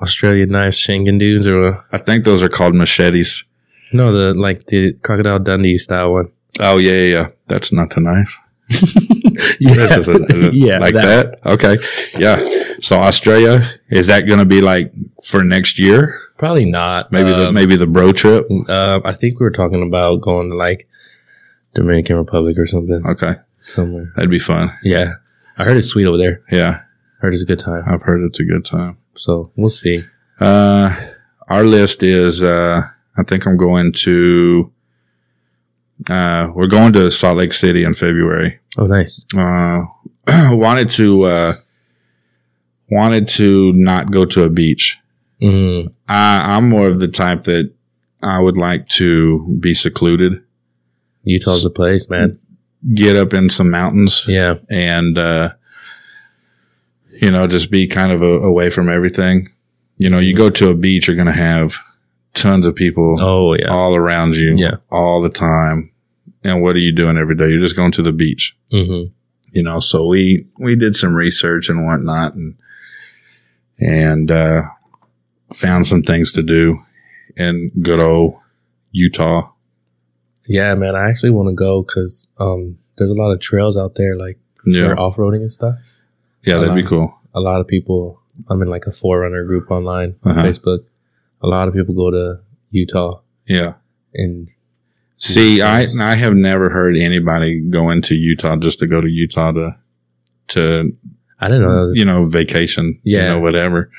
B: Australian knives, shanking dudes or uh,
A: I think those are called machetes.
B: no, the like the Crocodile Dundee style one.
A: Oh yeah, yeah, yeah. That's not the knife. This is a-
B: Yeah,
A: like
B: uh, that.
A: that. Okay, yeah. So Australia is that going to be like for next year?
B: Probably not.
A: Maybe the
B: Um,
A: maybe the bro trip.
B: Uh, I think we were talking about going to like Dominican Republic or something
A: Okay,
B: somewhere.
A: that'd be fun.
B: Yeah, I heard it's sweet over there.
A: Yeah,
B: Heard it's a good time.
A: I've heard it's a good time.
B: So we'll see.
A: Uh, our list is. Uh, I think I'm going to. Uh, we're going to Salt Lake City in February.
B: Oh, nice.
A: uh, wanted to uh, wanted to not go to a beach.
B: Mm,
A: I, I'm more of the type that I would like to be secluded,
B: Utah's the place, man.
A: get up in some mountains,
B: Yeah,
A: and uh, you know just be kind of a, away from everything. You know, you go to a beach, you're gonna have tons of people
B: Oh yeah.
A: all around you,
B: Yeah.
A: all the time. And what are you doing every day? You're just going to the beach.
B: hmm
A: you know so we we did some research and whatnot and and uh found some things to do in good old utah
B: Yeah, man. I actually want to go because um, there's a lot of trails out there, like
A: yeah
B: for off roading and stuff.
A: yeah that'd be cool
B: A lot of people. I'm in like a forerunner group online on
A: Uh-huh.
B: Facebook. A lot of people go to Utah
A: yeah
B: and
A: see i i have never heard anybody go into utah just to go to utah to to
B: I didn't know. That was,
A: you know vacation you
B: Uh, Yeah.
A: know whatever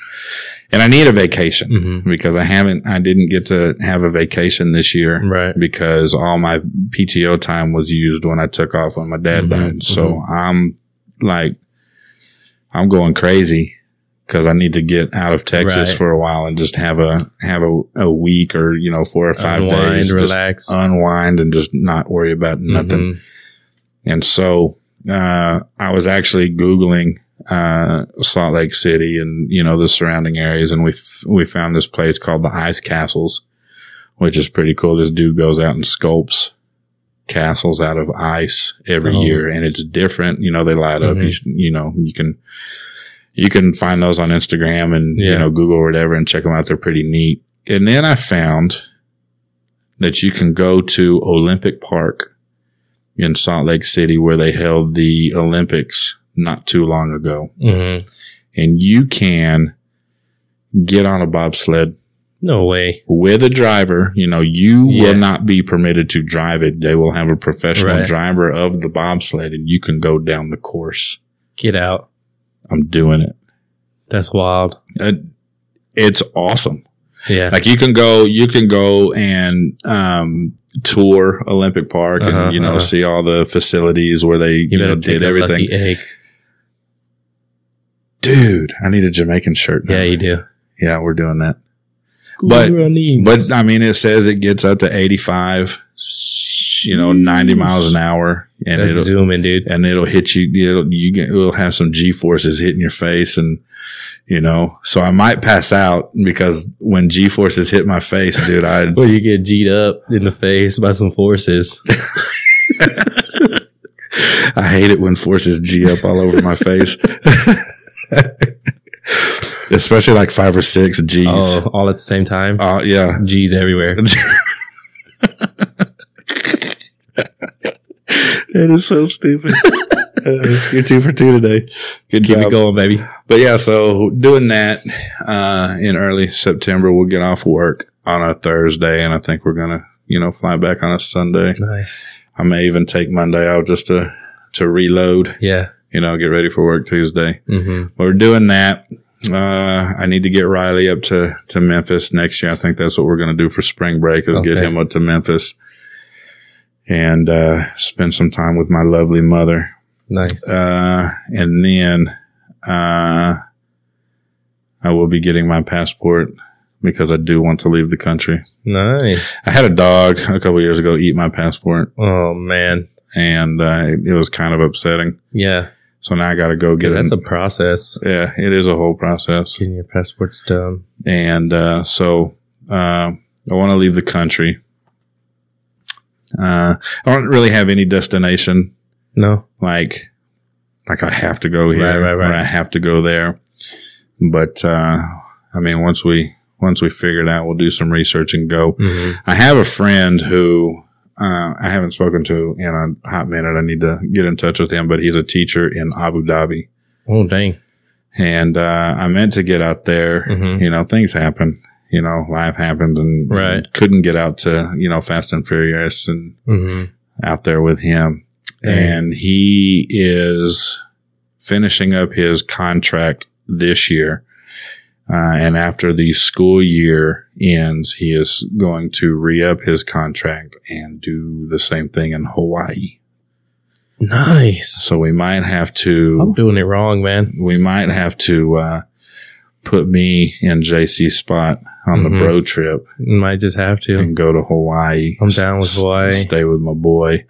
A: and i need a vacation
B: Mhm.
A: because i haven't i didn't get to have a vacation this year
B: Right.
A: because all my PTO time was used when I took off when my dad
B: Mhm,
A: died. So I'm like, I'm going crazy because I need to get out of Texas
B: Right.
A: for a while and just have a have a, a week or you know four or five
B: Unwind,
A: days, just
B: relax.
A: unwind, and just not worry about nothing.
B: Mhm.
A: And so uh, I was actually googling uh, Salt Lake City and you know the surrounding areas, and we f- we found this place called the Ice Castles, which is pretty cool. This dude goes out and sculpts castles out of ice every
B: Oh.
A: year, and it's different. You know they light up. You,
B: Mhm.
A: sh- you know you can. You can find those on Instagram and you
B: Yeah.
A: know Google or whatever and check them out. They're pretty neat. And then I found that you can go to Olympic Park in Salt Lake City where they held the Olympics not too long ago.
B: Mhm.
A: And you can get on a bobsled
B: No way.
A: with a driver. You know, you
B: Yeah.
A: will not be permitted to drive it. They will have a professional
B: Right.
A: driver of the bobsled and you can go down the course.
B: Get out.
A: I'm doing it.
B: That's wild.
A: It- It's awesome.
B: Yeah.
A: like you can go you can go and um tour olympic park
B: Uh-huh,
A: and you know
B: uh-huh.
A: see all the facilities where they you, know
B: pick
A: did
B: a
A: everything
B: lucky egg.
A: dude i need a jamaican shirt now.
B: Yeah, you do.
A: yeah we're doing that But- but i mean it says it gets up to 85 you know 90 miles an hour and
B: That's
A: it'll
B: zooming, dude.
A: and it'll hit you it'll you get it'll have some g forces hitting your face and you know so i might pass out because when g forces hit my face dude i
B: Well, you get G'd up in the face by some forces.
A: I hate it when forces G up all over my face. Especially like five or six G's.
B: Oh, all at the same time.
A: Uh, yeah.
B: G's everywhere.
A: It is so stupid. You're two for two today. Good
B: Keep
A: job.
B: it going, baby.
A: But yeah, so doing that uh, in early September, we'll get off work on a Thursday, and I think we're gonna, you know, fly back on a Sunday.
B: Nice.
A: I may even take Monday out just to to reload.
B: Yeah.
A: You know, get ready for work Tuesday.
B: Mm-hmm.
A: We're doing that. Uh, I need to get Riley up to to Memphis next year. I think that's what we're gonna do for spring break is get
B: Okay.
A: him up to Memphis and uh, spend some time with my lovely mother.
B: Nice.
A: Uh, and then uh, I will be getting my passport because I do want to leave the country.
B: nice.
A: I had a dog a couple years ago eat my passport,
B: Oh man.
A: and uh, it was kind of upsetting.
B: Yeah.
A: So now I got to go get
B: Because that's
A: it.
B: a process.
A: yeah, it is a whole process,
B: Getting your passports done.
A: and uh, so uh, I want to leave the country. Uh, I don't really have any destination
B: No.
A: like like I have to go here
B: Right, right, right.
A: or I have to go there. But uh I mean once we once we figure it out we'll do some research and go.
B: Mm-hmm.
A: I have a friend who uh, I haven't spoken to in a hot minute. I need to get in touch with him, but he's a teacher in Abu Dhabi.
B: Oh dang.
A: And uh, I meant to get out there.
B: Mhm.
A: You know, things happen. You know, life happens, and
B: Right.
A: couldn't get out to you know Fast and Furious and
B: Mm-hmm.
A: out there with him.
B: Dang.
A: And he is finishing up his contract this year. Uh, and after the school year ends, he is going to re up his contract and do the same thing in Hawaii.
B: Nice.
A: So we might have
B: I'm
A: to,
B: doing it wrong, man.
A: we might have to, uh, put me in JC's spot on
B: Mhm.
A: the road trip
B: Might just have to.
A: and go to Hawaii.
B: I'm down with Hawaii.
A: stay with my boy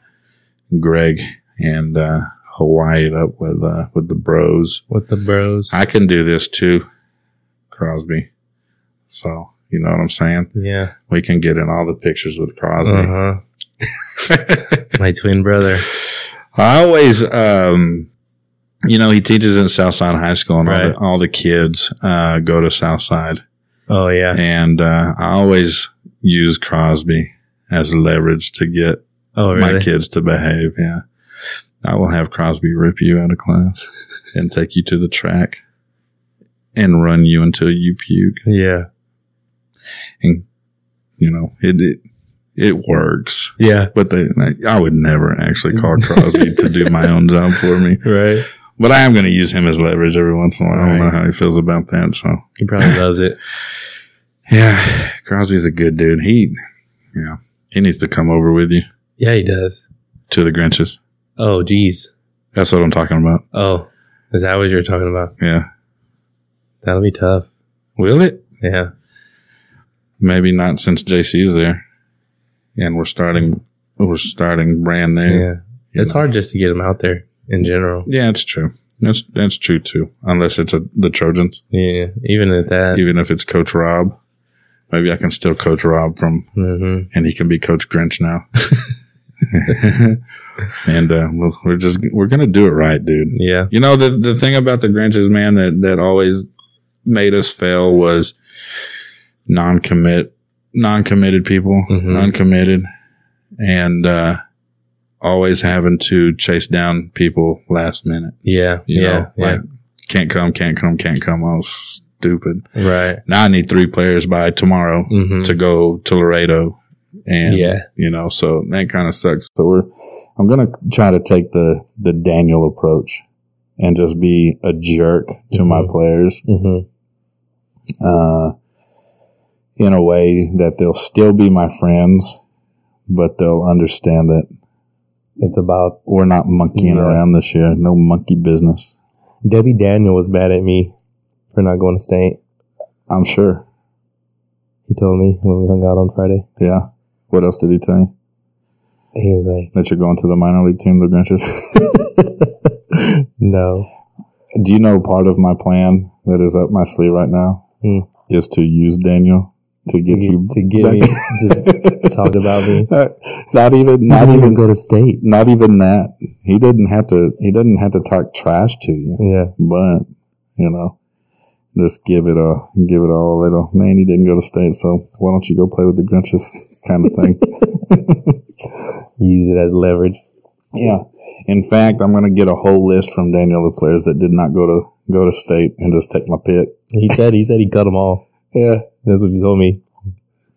A: Greg and uh, Hawaii it up with uh, with the bros.
B: With the bros.
A: I can do this too, Crosby. So you know what I'm saying.
B: yeah.
A: We can get in all the pictures with Crosby.
B: Uh-huh. My twin brother.
A: I always, um, you know, he teaches in Southside High School, and all,
B: Right.
A: the, all the kids uh, go to Southside.
B: Oh yeah.
A: And uh, I always use Crosby as leverage to get
B: Oh really?
A: my kids to behave. Yeah. I will have Crosby rip you out of class and take you to the track and run you until you puke.
B: Yeah.
A: And, you know, it, it, it works.
B: Yeah.
A: But they, I would never actually call Crosby to do my own job for me.
B: Right.
A: But I am going to use him as leverage every once in a while. I don't know
B: Right.
A: how he feels about that. So,
B: He probably loves it.
A: yeah, Crosby's a good dude. He, yeah, he needs to come over with you
B: Yeah, he does.
A: to the Grinches.
B: Oh geez.
A: That's what I'm talking about.
B: Oh. Is that what you're talking about?
A: Yeah.
B: That'll be tough.
A: Will it?
B: Yeah.
A: Maybe not since JC's there, and we're starting. We're starting brand new.
B: Yeah.
A: you
B: It's
A: know.
B: hard just to get him out there in general.
A: Yeah, it's true. That's that's true too. Unless it's a, the Trojans,
B: Yeah. Even at that.
A: even if it's Coach Rob, maybe I can still coach Rob from,
B: Mm-hmm.
A: and he can be Coach Grinch now. and uh, we'll- we're just we're gonna do it right, dude.
B: Yeah.
A: You know the the thing about the Grinches, man, that that always made us fail was non-commit, non-committed people,
B: Mhm.
A: non-committed, and uh, always having to chase down people last minute.
B: Yeah.
A: You
B: yeah.
A: know, like can't come, can't come, can't come. Oh, stupid!
B: yeah. Right.
A: Now I need three players by tomorrow
B: Mm-hmm.
A: to go to Laredo, and
B: Yeah.
A: you know, so that kind of sucks. So we're, I'm gonna try to take the the Daniel approach and just be a jerk to my
B: Mhm.
A: players,
B: Mm-hmm.
A: uh, in a way that they'll still be my friends, but they'll understand that
B: It's about
A: we're not monkeying
B: Yeah.
A: around this year. No monkey business.
B: Debbie Daniel was mad at me for not going to state.
A: I'm sure.
B: He told me when we hung out on Friday.
A: Yeah. What else did he tell you?
B: He was like,
A: That you're going to the minor league team, the Grinches?
B: "No,
A: Do you know part of my plan that is up my sleeve right now
B: Hmm. Mm-hmm.
A: is to use Daniel to get you
B: to get me just talked about me.
A: not even
B: Not
A: not
B: even
A: even
B: go to state.
A: not even that. He didn't have to he didn't have to talk trash to you.
B: Yeah,
A: But, you know, just give it a give it all a little man, he didn't go to state, so why don't you go play with the Grinches kind of thing.
B: use it as leverage.
A: Yeah. In fact, I'm going to get a whole list from Daniel of players that did not go to go to state and just take my pick.
B: He said he said he cut them all.
A: Yeah.
B: That's what he told me.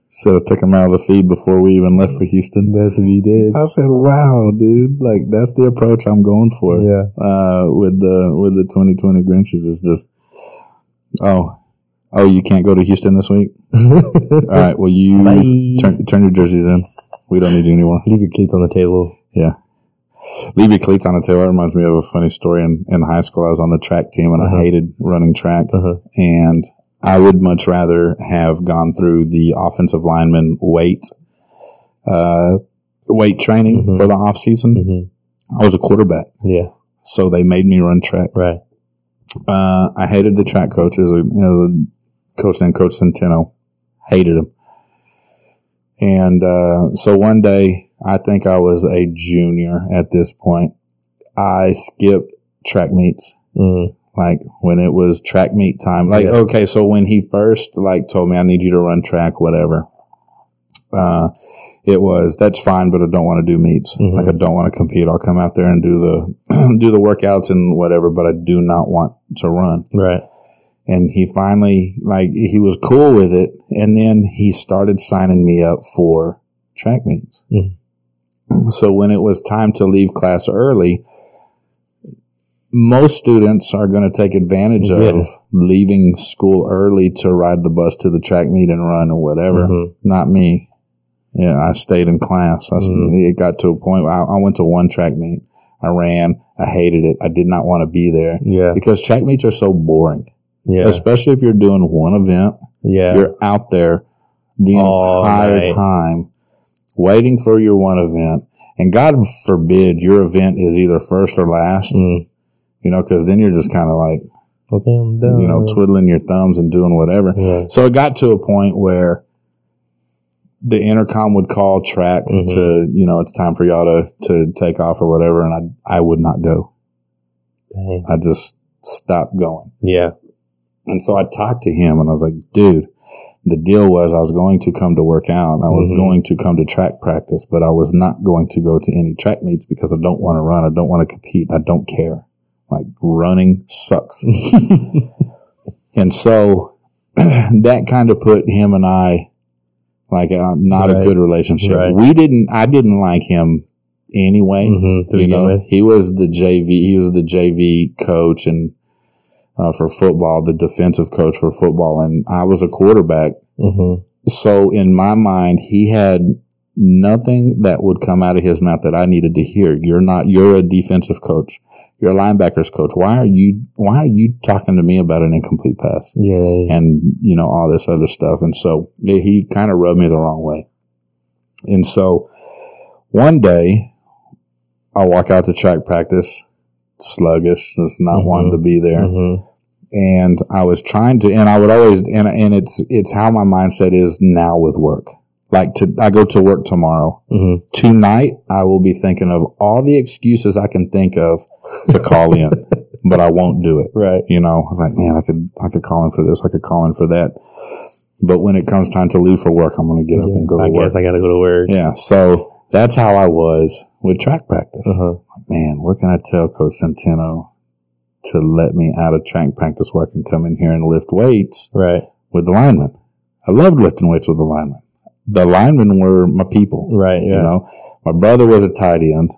A: Said I took him out of the feed before we even left for Houston.
B: That's what he did.
A: I said, "Wow, dude! Like that's the approach I'm going for."
B: Yeah.
A: Uh, with the with the 2020 Grinches is just, oh, oh, you can't go to Houston this week. All right, well you
B: Bye.
A: turn turn your jerseys in. We don't need you anymore.
B: Leave your cleats on the table.
A: Leave your cleats on the table. That reminds me of a funny story. In, in high school, I was on the track team and
B: Uh-huh.
A: I hated running track.
B: Uh-huh.
A: And I would much rather have gone through the offensive lineman weight, uh, weight training
B: Mhm.
A: for the off season.
B: Mm-hmm.
A: I was a quarterback.
B: Yeah.
A: So they made me run track.
B: Right.
A: Uh, I hated the track coach. As a, as a coach named Coach Centeno, hated him. And uh, so one day, I think I was a junior at this point. I skipped track meets,
B: Mm.
A: like when it was track meet time. Like
B: Yeah.
A: okay, so when he first like told me I need you to run track, whatever. Uh, it was that's fine, but I don't want to do meets.
B: Mhm.
A: Like I don't want to compete. I'll come out there and do the do the workouts and whatever, but I do not want to run
B: Right.
A: and he finally like he was cool with it and then he started signing me up for track meets
B: Mhm.
A: so when it was time to leave class early most students are going to take advantage
B: Yeah.
A: of leaving school early to ride the bus to the track meet and run or whatever
B: Mhm.
A: not me yeah i stayed in class I s
B: Mhm.
A: it got to a point where I, I went to one track meet i ran i hated it i did not want to be there
B: Yeah.
A: because track meets are so boring
B: Yeah.
A: especially if you're doing one event.
B: Yeah.
A: You're out there the
B: All
A: entire
B: night.
A: time waiting for your one event. And God forbid your event is either first or last,
B: Mm.
A: you know, because then you're just kind of like,
B: Okay, I'm done.
A: you know, twiddling your thumbs and doing whatever.
B: yeah.
A: So it got to a point where the intercom would call track
B: Mhm.
A: to, you know, it's time for y'all to, to take off or whatever. And I, I would not go.
B: Dang.
A: I just stopped going.
B: Yeah.
A: And so I talked to him and I was like, dude, the deal was I was going to come to work out. and I was
B: Mhm.
A: going to come to track practice, but I was not going to go to any track meets because I don't want to run. I don't want to compete. I don't care. Like running sucks. and so that kind of put him and I like uh, not a
B: Right.
A: good relationship.
B: Right.
A: We didn't, I didn't like him anyway
B: Mm-hmm. To
A: you
B: begin
A: know,
B: with.
A: He was the JV. He was the JV coach and uh, for football, the defensive coach for football, and I was a quarterback.
B: Mm-hmm.
A: So in my mind, he had nothing that would come out of his mouth that I needed to hear. You're not. You're a defensive coach. You're a linebackers coach. Why are you? Why are you talking to me about an incomplete pass?
B: Yeah.
A: and you know all this other stuff and so yeah, he kind of rubbed me the wrong way and so one day i walk out to track practice sluggish just not
B: Mhm.
A: wanting to be there
B: Mm-hmm.
A: and i was trying to and i would always and, and it's it's how my mindset is now with work like to i go to work tomorrow
B: Mm-hmm.
A: tonight i will be thinking of all the excuses i can think of to call in but i won't do it
B: Right.
A: you know, I'm like, man, I could, I could call in for this. I could call in for that. But when it comes time to leave for work, I'm going to get up and go to
B: I
A: work.
B: guess I gotta go to work.
A: yeah. So that's how I was with track practice.
B: Uh-huh.
A: Man, what can I tell Coach Centeno to let me out of track practice where I can come in here and lift weights
B: Right.
A: with the linemen? I loved lifting weights with the linemen. The linemen were my people.
B: Right.
A: You
B: Yeah.
A: know, my brother was a tight end.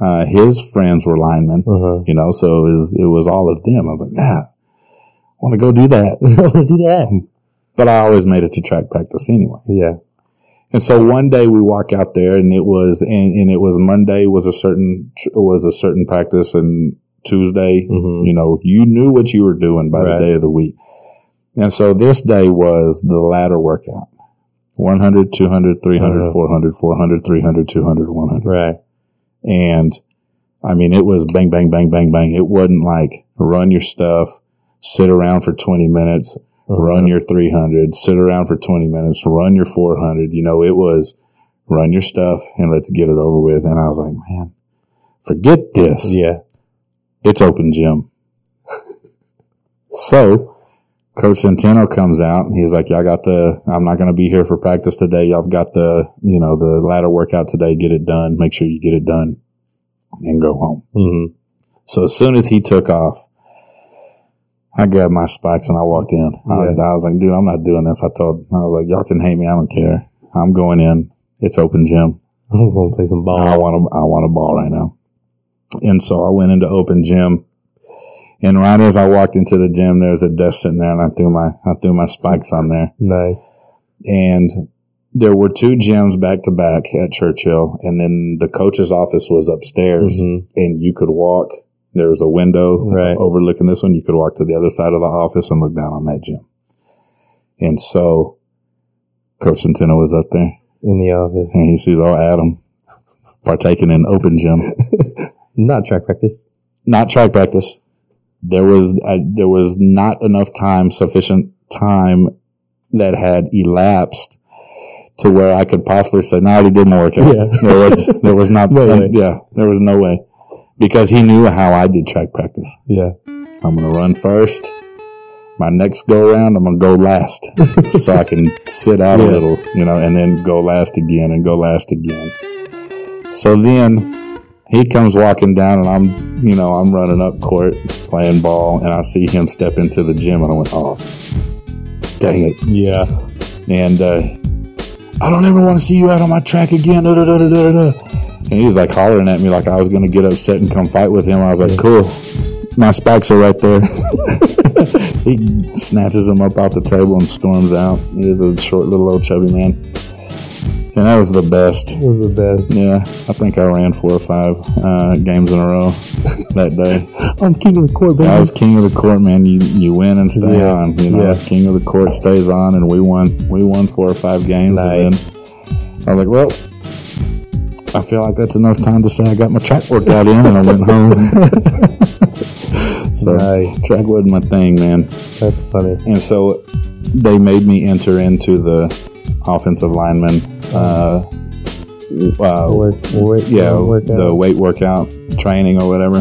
A: Uh, his friends were linemen
B: Uh-huh.
A: you know. So it was it was all of them. I was like, yeah, I want to go do that.
B: Uh-huh. do that.
A: But I always made it to track practice anyway.
B: Yeah.
A: And so one day we walk out there, and it was and, and it was Monday was a certain was a certain practice, and Tuesday,
B: Mm-hmm.
A: you know, you knew what you were doing by
B: Right.
A: the day of the week. And so this day was the ladder workout. 100, 200, 300,
B: Uh-huh.
A: 400, 400, 300, 200, 100.
B: Right.
A: And I mean, it was bang, bang, bang, bang, bang. It wasn't like run your stuff, sit around for 20 minutes,
B: Uh-huh.
A: run your 300, sit around for 20 minutes, run your 400. You know, it was run your stuff and let's get it over with. And I was like, man, forget this.
B: Yeah.
A: It's open gym. so Coach Centeno comes out and he's like, y'all got the, I'm not going to be here for practice today. Y'all have got the, you know, the ladder workout today. Get it done. Make sure you get it done. and go home.
B: Mm-hmm.
A: So as soon as he took off, I grabbed my spikes and I walked in. I,
B: Yeah.
A: I was like, dude, I'm not doing this. I told, I was like, y'all can hate me. I don't care. I'm going in. It's open gym.
B: I'm gonna play some
A: Oh, I
B: ball.
A: want a, I want a ball right now. And so I went into open gym. And right as I walked into the gym, there's a desk sitting there and I threw my, I threw my spikes on there.
B: Nice.
A: And there were two gyms back to back at Churchill. And then the coach's office was upstairs
B: Mhm.
A: and you could walk. There was a window
B: Right.
A: overlooking this one. You could walk to the other side of the office and look down on that gym. And so Coach Centeno was up there
B: In the office.
A: and he sees old Adam partaking in open gym,
B: Not track practice.
A: not track practice. There was uh, there was not enough time, sufficient time that had elapsed to where I could possibly say, "No, he didn't work out."
B: Yeah.
A: There was there was not
B: No
A: uh,
B: way.
A: yeah there was no way because he knew how I did track practice.
B: Yeah.
A: I'm gonna run first. My next go round, I'm gonna go last, so I can sit out
B: Yeah.
A: a little, you know, and then go last again and go last again. So then he comes walking down, and I'm, you know, I'm running up court playing ball, and I see him step into the gym, and I went, oh, dang it!
B: Yeah.
A: And uh, I don't ever want to see you out on my track again. Da, da, da, da, da, da. And he was like hollering at me like I was gonna get upset and come fight with him. I was like, cool. My spikes are right there. he snatches them up off the table and storms out. He was a short little old chubby man. And that was the best.
B: It was the best.
A: Yeah, I think I ran four or five uh, games in a row that day.
B: I'm king of the court, baby.
A: I was king of the court, man. You you win and stay
B: Yeah.
A: on. You know,
B: Yeah.
A: king of the court stays on, and we won. We won four or five games. And
B: Nice.
A: then I was like, well, I feel like that's enough time to say I got my track workout in, and I went home. so
B: Nice.
A: track wasn't my thing, man.
B: That's funny.
A: And so they made me enter into the offensive lineman. Uh, uh,
B: Work, work,
A: yeah,
B: work
A: the weight workout training or whatever.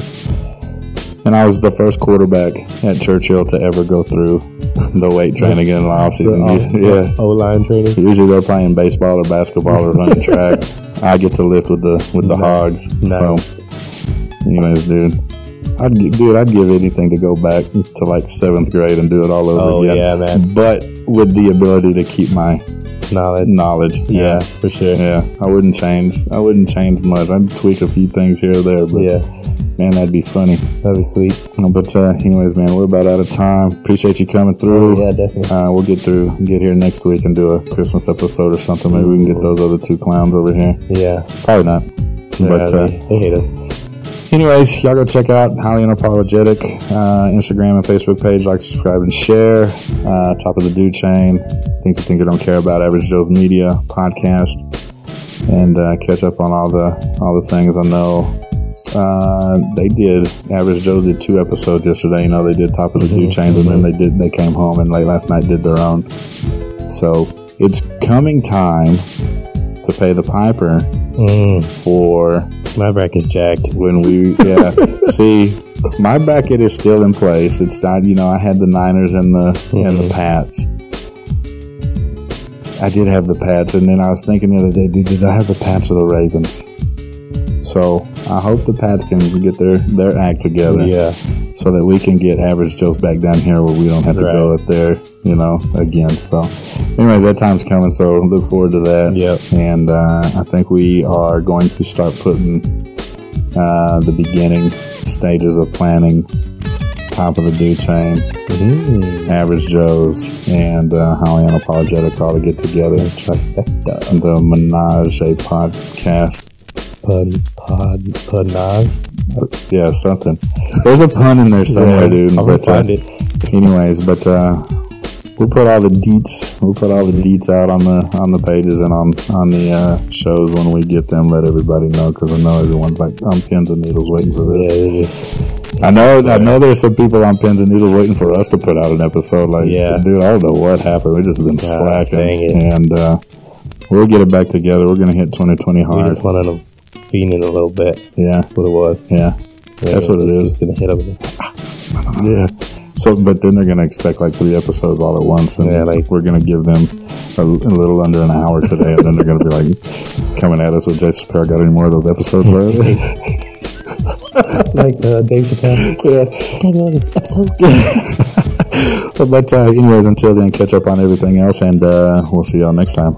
A: And I was the first quarterback at Churchill to ever go through the weight training in the offseason. Yeah.
B: O line training.
A: Usually they're playing baseball or basketball or running track. I get to lift with the with the hogs. So, anyways, dude, I'd gi- dude, I'd give anything to go back to like seventh grade and do it all over
B: Oh yeah,
A: again.
B: man.
A: But with the ability to keep my
B: Knowledge.
A: knowledge.
B: yeah, for sure. Yeah.
A: Yeah, I wouldn't change. I wouldn't change much. I'd tweak a few things here or there, but man, that'd be funny.
B: that'd be sweet.
A: But uh, anyways, man, we're about out of time. Appreciate you coming through.
B: Oh, Yeah, definitely.
A: Uh, we'll get through, get here next week and do a Christmas episode or something. Maybe we can get those other two clowns over here.
B: Yeah,
A: Probably not. But
B: Yeah,
A: uh,
B: they, they hate us.
A: anyways, y'all go check out Highly Unapologetic uh, Instagram and Facebook page. Like, subscribe, and share. Uh, top of the Do Chain. Things you think you don't care about. Average Joe's Media podcast, and uh, catch up on all the all the things. I know uh, they did. Average Joe's did two episodes yesterday. You know they did Top of the Do Chains, and then they did they came home and late last night did their own. So it's coming time to pay the piper
B: Mm,
A: for
B: my bracket's jacked.
A: when we yeah see my bracket is still in place it's not you know i had the niners and the and the pats i did have the pats and then i was thinking the other day dude did i have the pats or the ravens so i hope the pats can get their their act together
B: Yeah,
A: so that we can get average joes back down here where we don't have to go up there you know again so anyways that time's coming so look forward to that
B: Yep.
A: and uh, i think we are going to start putting uh, the beginning stages of planning top of the do chain
B: mm,
A: average joes and uh, highly unapologetic all to get together
B: trifecta.
A: the menage a podcast
B: Pud, pod, pudnage.
A: yeah something there's a pun in there somewhere dude
B: I'm gonna
A: but, uh,
B: find it.
A: anyways but uh we'll put all the deets we'll put all the deets out on the on the pages and on on the uh, shows when we get them let everybody know because i know everyone's like on pins and needles waiting for
B: Yeah,
A: this
B: it is.
A: i know i know there's some people on pins and needles waiting for us to put out an episode like
B: Yeah.
A: dude i don't know what happened we just been
B: Gosh, dang
A: slacking
B: it.
A: and uh We'll get it back together. We're gonna hit 2020
B: we
A: hard.
B: just wanted them fiending a little bit.
A: yeah,
B: That's what it was.
A: yeah, That's what it
B: it's
A: is.
B: Just gonna hit them.
A: yeah. So, but then they're gonna expect like three episodes all at once, and
B: Yeah, like-
A: like we're gonna give them a, a little under an hour today, and then they're gonna be like coming at us with Jason Perry. Got any more of those episodes left?
B: like uh, Dave Chappelle.
A: Yeah.
B: Take all these episodes.
A: but uh, anyways, until then, catch up on everything else, and uh, we'll see y'all next time.